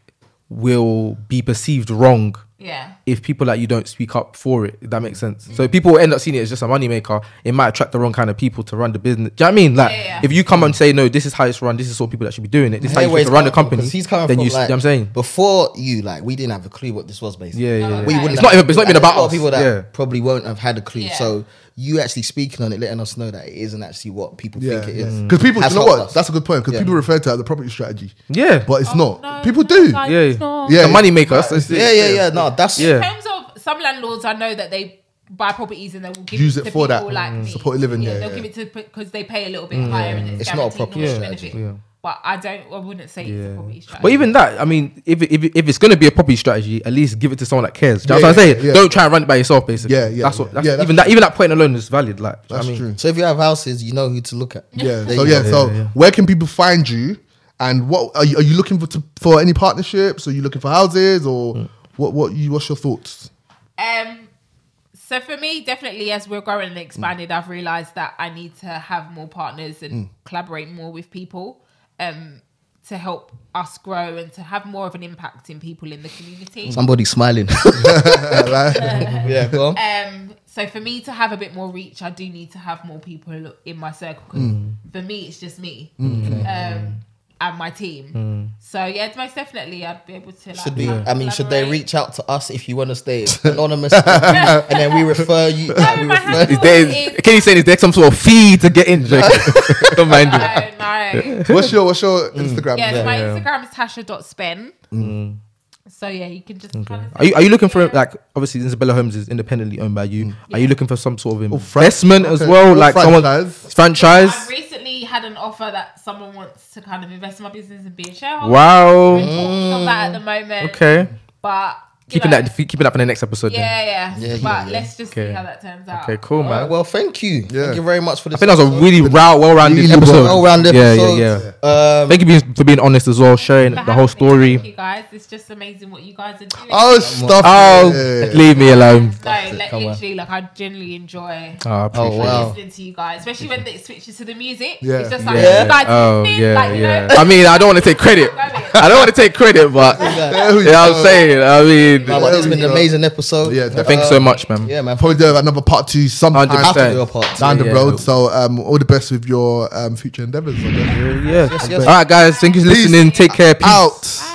S3: will be perceived wrong
S1: Yeah.
S3: if people like you don't speak up for it. If that makes sense. So if people end up seeing it as just a moneymaker. It might attract the wrong kind of people to run the business. Do you know what I mean? Like
S1: Yeah, yeah, yeah.
S3: if you come and say no, this is how it's run. This is what people that should be doing it. This is how you
S2: Anyway,
S3: should run the
S2: it's coming from-
S3: company.
S2: 'cause He's coming
S3: then
S2: from
S3: you. see
S2: like,
S3: what I'm saying.
S2: before you, like we didn't have a clue what this was basically.
S3: Yeah, yeah, yeah.
S2: We
S1: Right.
S2: wouldn't
S1: It's
S2: have-
S3: not even- it's not even
S2: and there's
S3: about
S2: a lot of
S3: us.
S2: people that
S3: Yeah.
S2: probably won't have had a clue.
S1: Yeah.
S2: So you actually speaking on it, letting us know that it isn't actually what people
S4: Yeah,
S2: think it
S4: because
S3: Mm.
S2: is.
S4: people,
S2: has
S4: you know
S2: helped
S4: what?
S2: us.
S4: That's a good point. Because
S2: Yeah.
S4: people refer to it as the property strategy.
S3: Yeah.
S4: but it's not.
S1: Oh, No,
S4: people
S1: no,
S4: do.
S1: guys,
S3: Yeah.
S1: it's not.
S4: Yeah.
S3: The moneymaker. That's- that's it.
S2: yeah, yeah, yeah. No, that's
S3: Yeah.
S1: In terms of some landlords, I know that they buy properties and they will give
S4: Use
S1: it,
S4: it
S1: to
S4: for
S1: people
S4: that.
S1: like
S4: Mm.
S1: me.
S4: Supported living, yeah,
S1: they'll
S4: yeah.
S1: give it to because they pay a little bit higher and it's,
S2: It's not
S1: guaranteed
S2: a property
S1: not to
S2: strategy.
S1: benefit. But I don't. I wouldn't say it's a property strategy.
S3: But even that, I mean, if, if if it's gonna be a property strategy, at least give it to someone that cares. Do you know
S4: Yeah,
S3: what I'm
S4: yeah,
S3: saying?
S4: yeah.
S3: Don't try and run it by yourself, basically.
S4: Yeah, yeah,
S3: That's what.
S4: yeah.
S3: That's,
S4: Yeah, that's
S3: even that, even that point alone is valid. Like, do you know what
S4: That's
S3: I mean?
S4: true.
S2: So if you have houses, you know who to look at.
S4: Yeah.
S2: There
S4: So
S2: you
S4: yeah.
S2: go.
S4: So
S3: Yeah, yeah.
S4: where can people find you? And what are you, are you looking for? To, for any partnerships? Are you looking for houses or
S3: Hmm.
S4: what? What you? What's your thoughts?
S1: um, so for me, definitely as we're growing and expanded, I've realised that I need to have more partners
S2: Mm.
S1: and collaborate more with people. Um. To help us grow and to have more of an impact in people in the community.
S2: Somebody smiling. yeah, go on.
S1: Um, so for me to have a bit more reach, I do need to have more people in my circle. 'cause
S2: Mm.
S1: For me, it's just me um, and my team. So yeah, most definitely, I'd be able to. Like,
S2: Should be.
S1: like,
S2: I mean, should they
S1: collaborate.
S2: reach out to us if you want to stay anonymous, and then we refer you? like, we
S1: my
S2: refer
S3: Is
S1: handle
S3: there,
S1: is-
S3: can you say is there some sort of fee to get in? Jake? Don't mind him.
S1: No, no.
S4: What's your What's
S3: Hmm.
S4: your Instagram?
S1: Yeah, so my
S3: Yeah. Mm.
S1: Instagram is tasha.spen. So yeah, you can just kind of.
S3: Are you, are you looking for like obviously Isabella Holmes is independently owned by you? Are you looking for some sort of
S4: Oh, fran-
S3: investment as
S4: okay.
S3: well,
S4: Or
S3: like someone
S4: franchise.
S1: I've
S3: franchise?
S1: recently had an offer that someone wants to kind of invest in my business and be a shareholder.
S3: Wow.
S1: We're in talks on that at the moment.
S3: Okay,
S1: But you
S3: keeping
S1: know,
S3: that keeping that for the next episode. Then.
S1: Yeah, yeah.
S2: Yeah, yeah,
S1: but
S2: yeah.
S1: let's just
S3: Okay.
S1: see how that turns out.
S3: Okay,
S2: All
S3: cool,
S2: right,
S3: man.
S2: well, thank you.
S4: Yeah.
S2: Thank you very much for this.
S3: I think that was a really round, well-rounded
S4: Really
S3: episode.
S2: well-rounded
S3: yeah,
S2: episode.
S3: yeah, yeah.
S2: Um,
S3: Thank you be- for being honest as well, sharing
S1: For
S3: the whole
S1: having me. Thank
S3: story.
S1: you guys, it's just amazing what you guys are doing.
S4: Oh, stop.
S3: Oh,
S4: it.
S3: leave me alone.
S1: no, like,
S2: come on.
S1: literally, like I generally enjoy
S3: Oh, I appreciate
S2: oh wow.
S1: listening to you guys, especially when it switches to the music.
S4: Yeah.
S1: It's just like
S3: it.
S1: you guys,
S3: Oh,
S1: did,
S3: yeah,
S1: like, you
S3: yeah.
S1: know,
S3: I mean, I don't want to take credit.
S1: Love it.
S3: I don't want to take credit, but
S4: There we
S3: you know what I'm
S4: go.
S3: saying. I mean,
S2: Nah, but it's been
S4: There we
S2: an
S4: go.
S2: amazing episode. Um,
S4: Yeah, definitely.
S3: thanks so much, man.
S2: Yeah, man.
S4: Probably do another part two sometime
S3: 100%.
S4: after-
S2: After your part.
S4: down the
S3: Yeah,
S4: road.
S3: yeah.
S4: So um, all the best with your um, future endeavors. I guess.
S3: Yeah.
S2: yes.
S3: All right, guys. Thank you for
S4: Peace.
S3: listening. Take care. Peace.
S4: Out.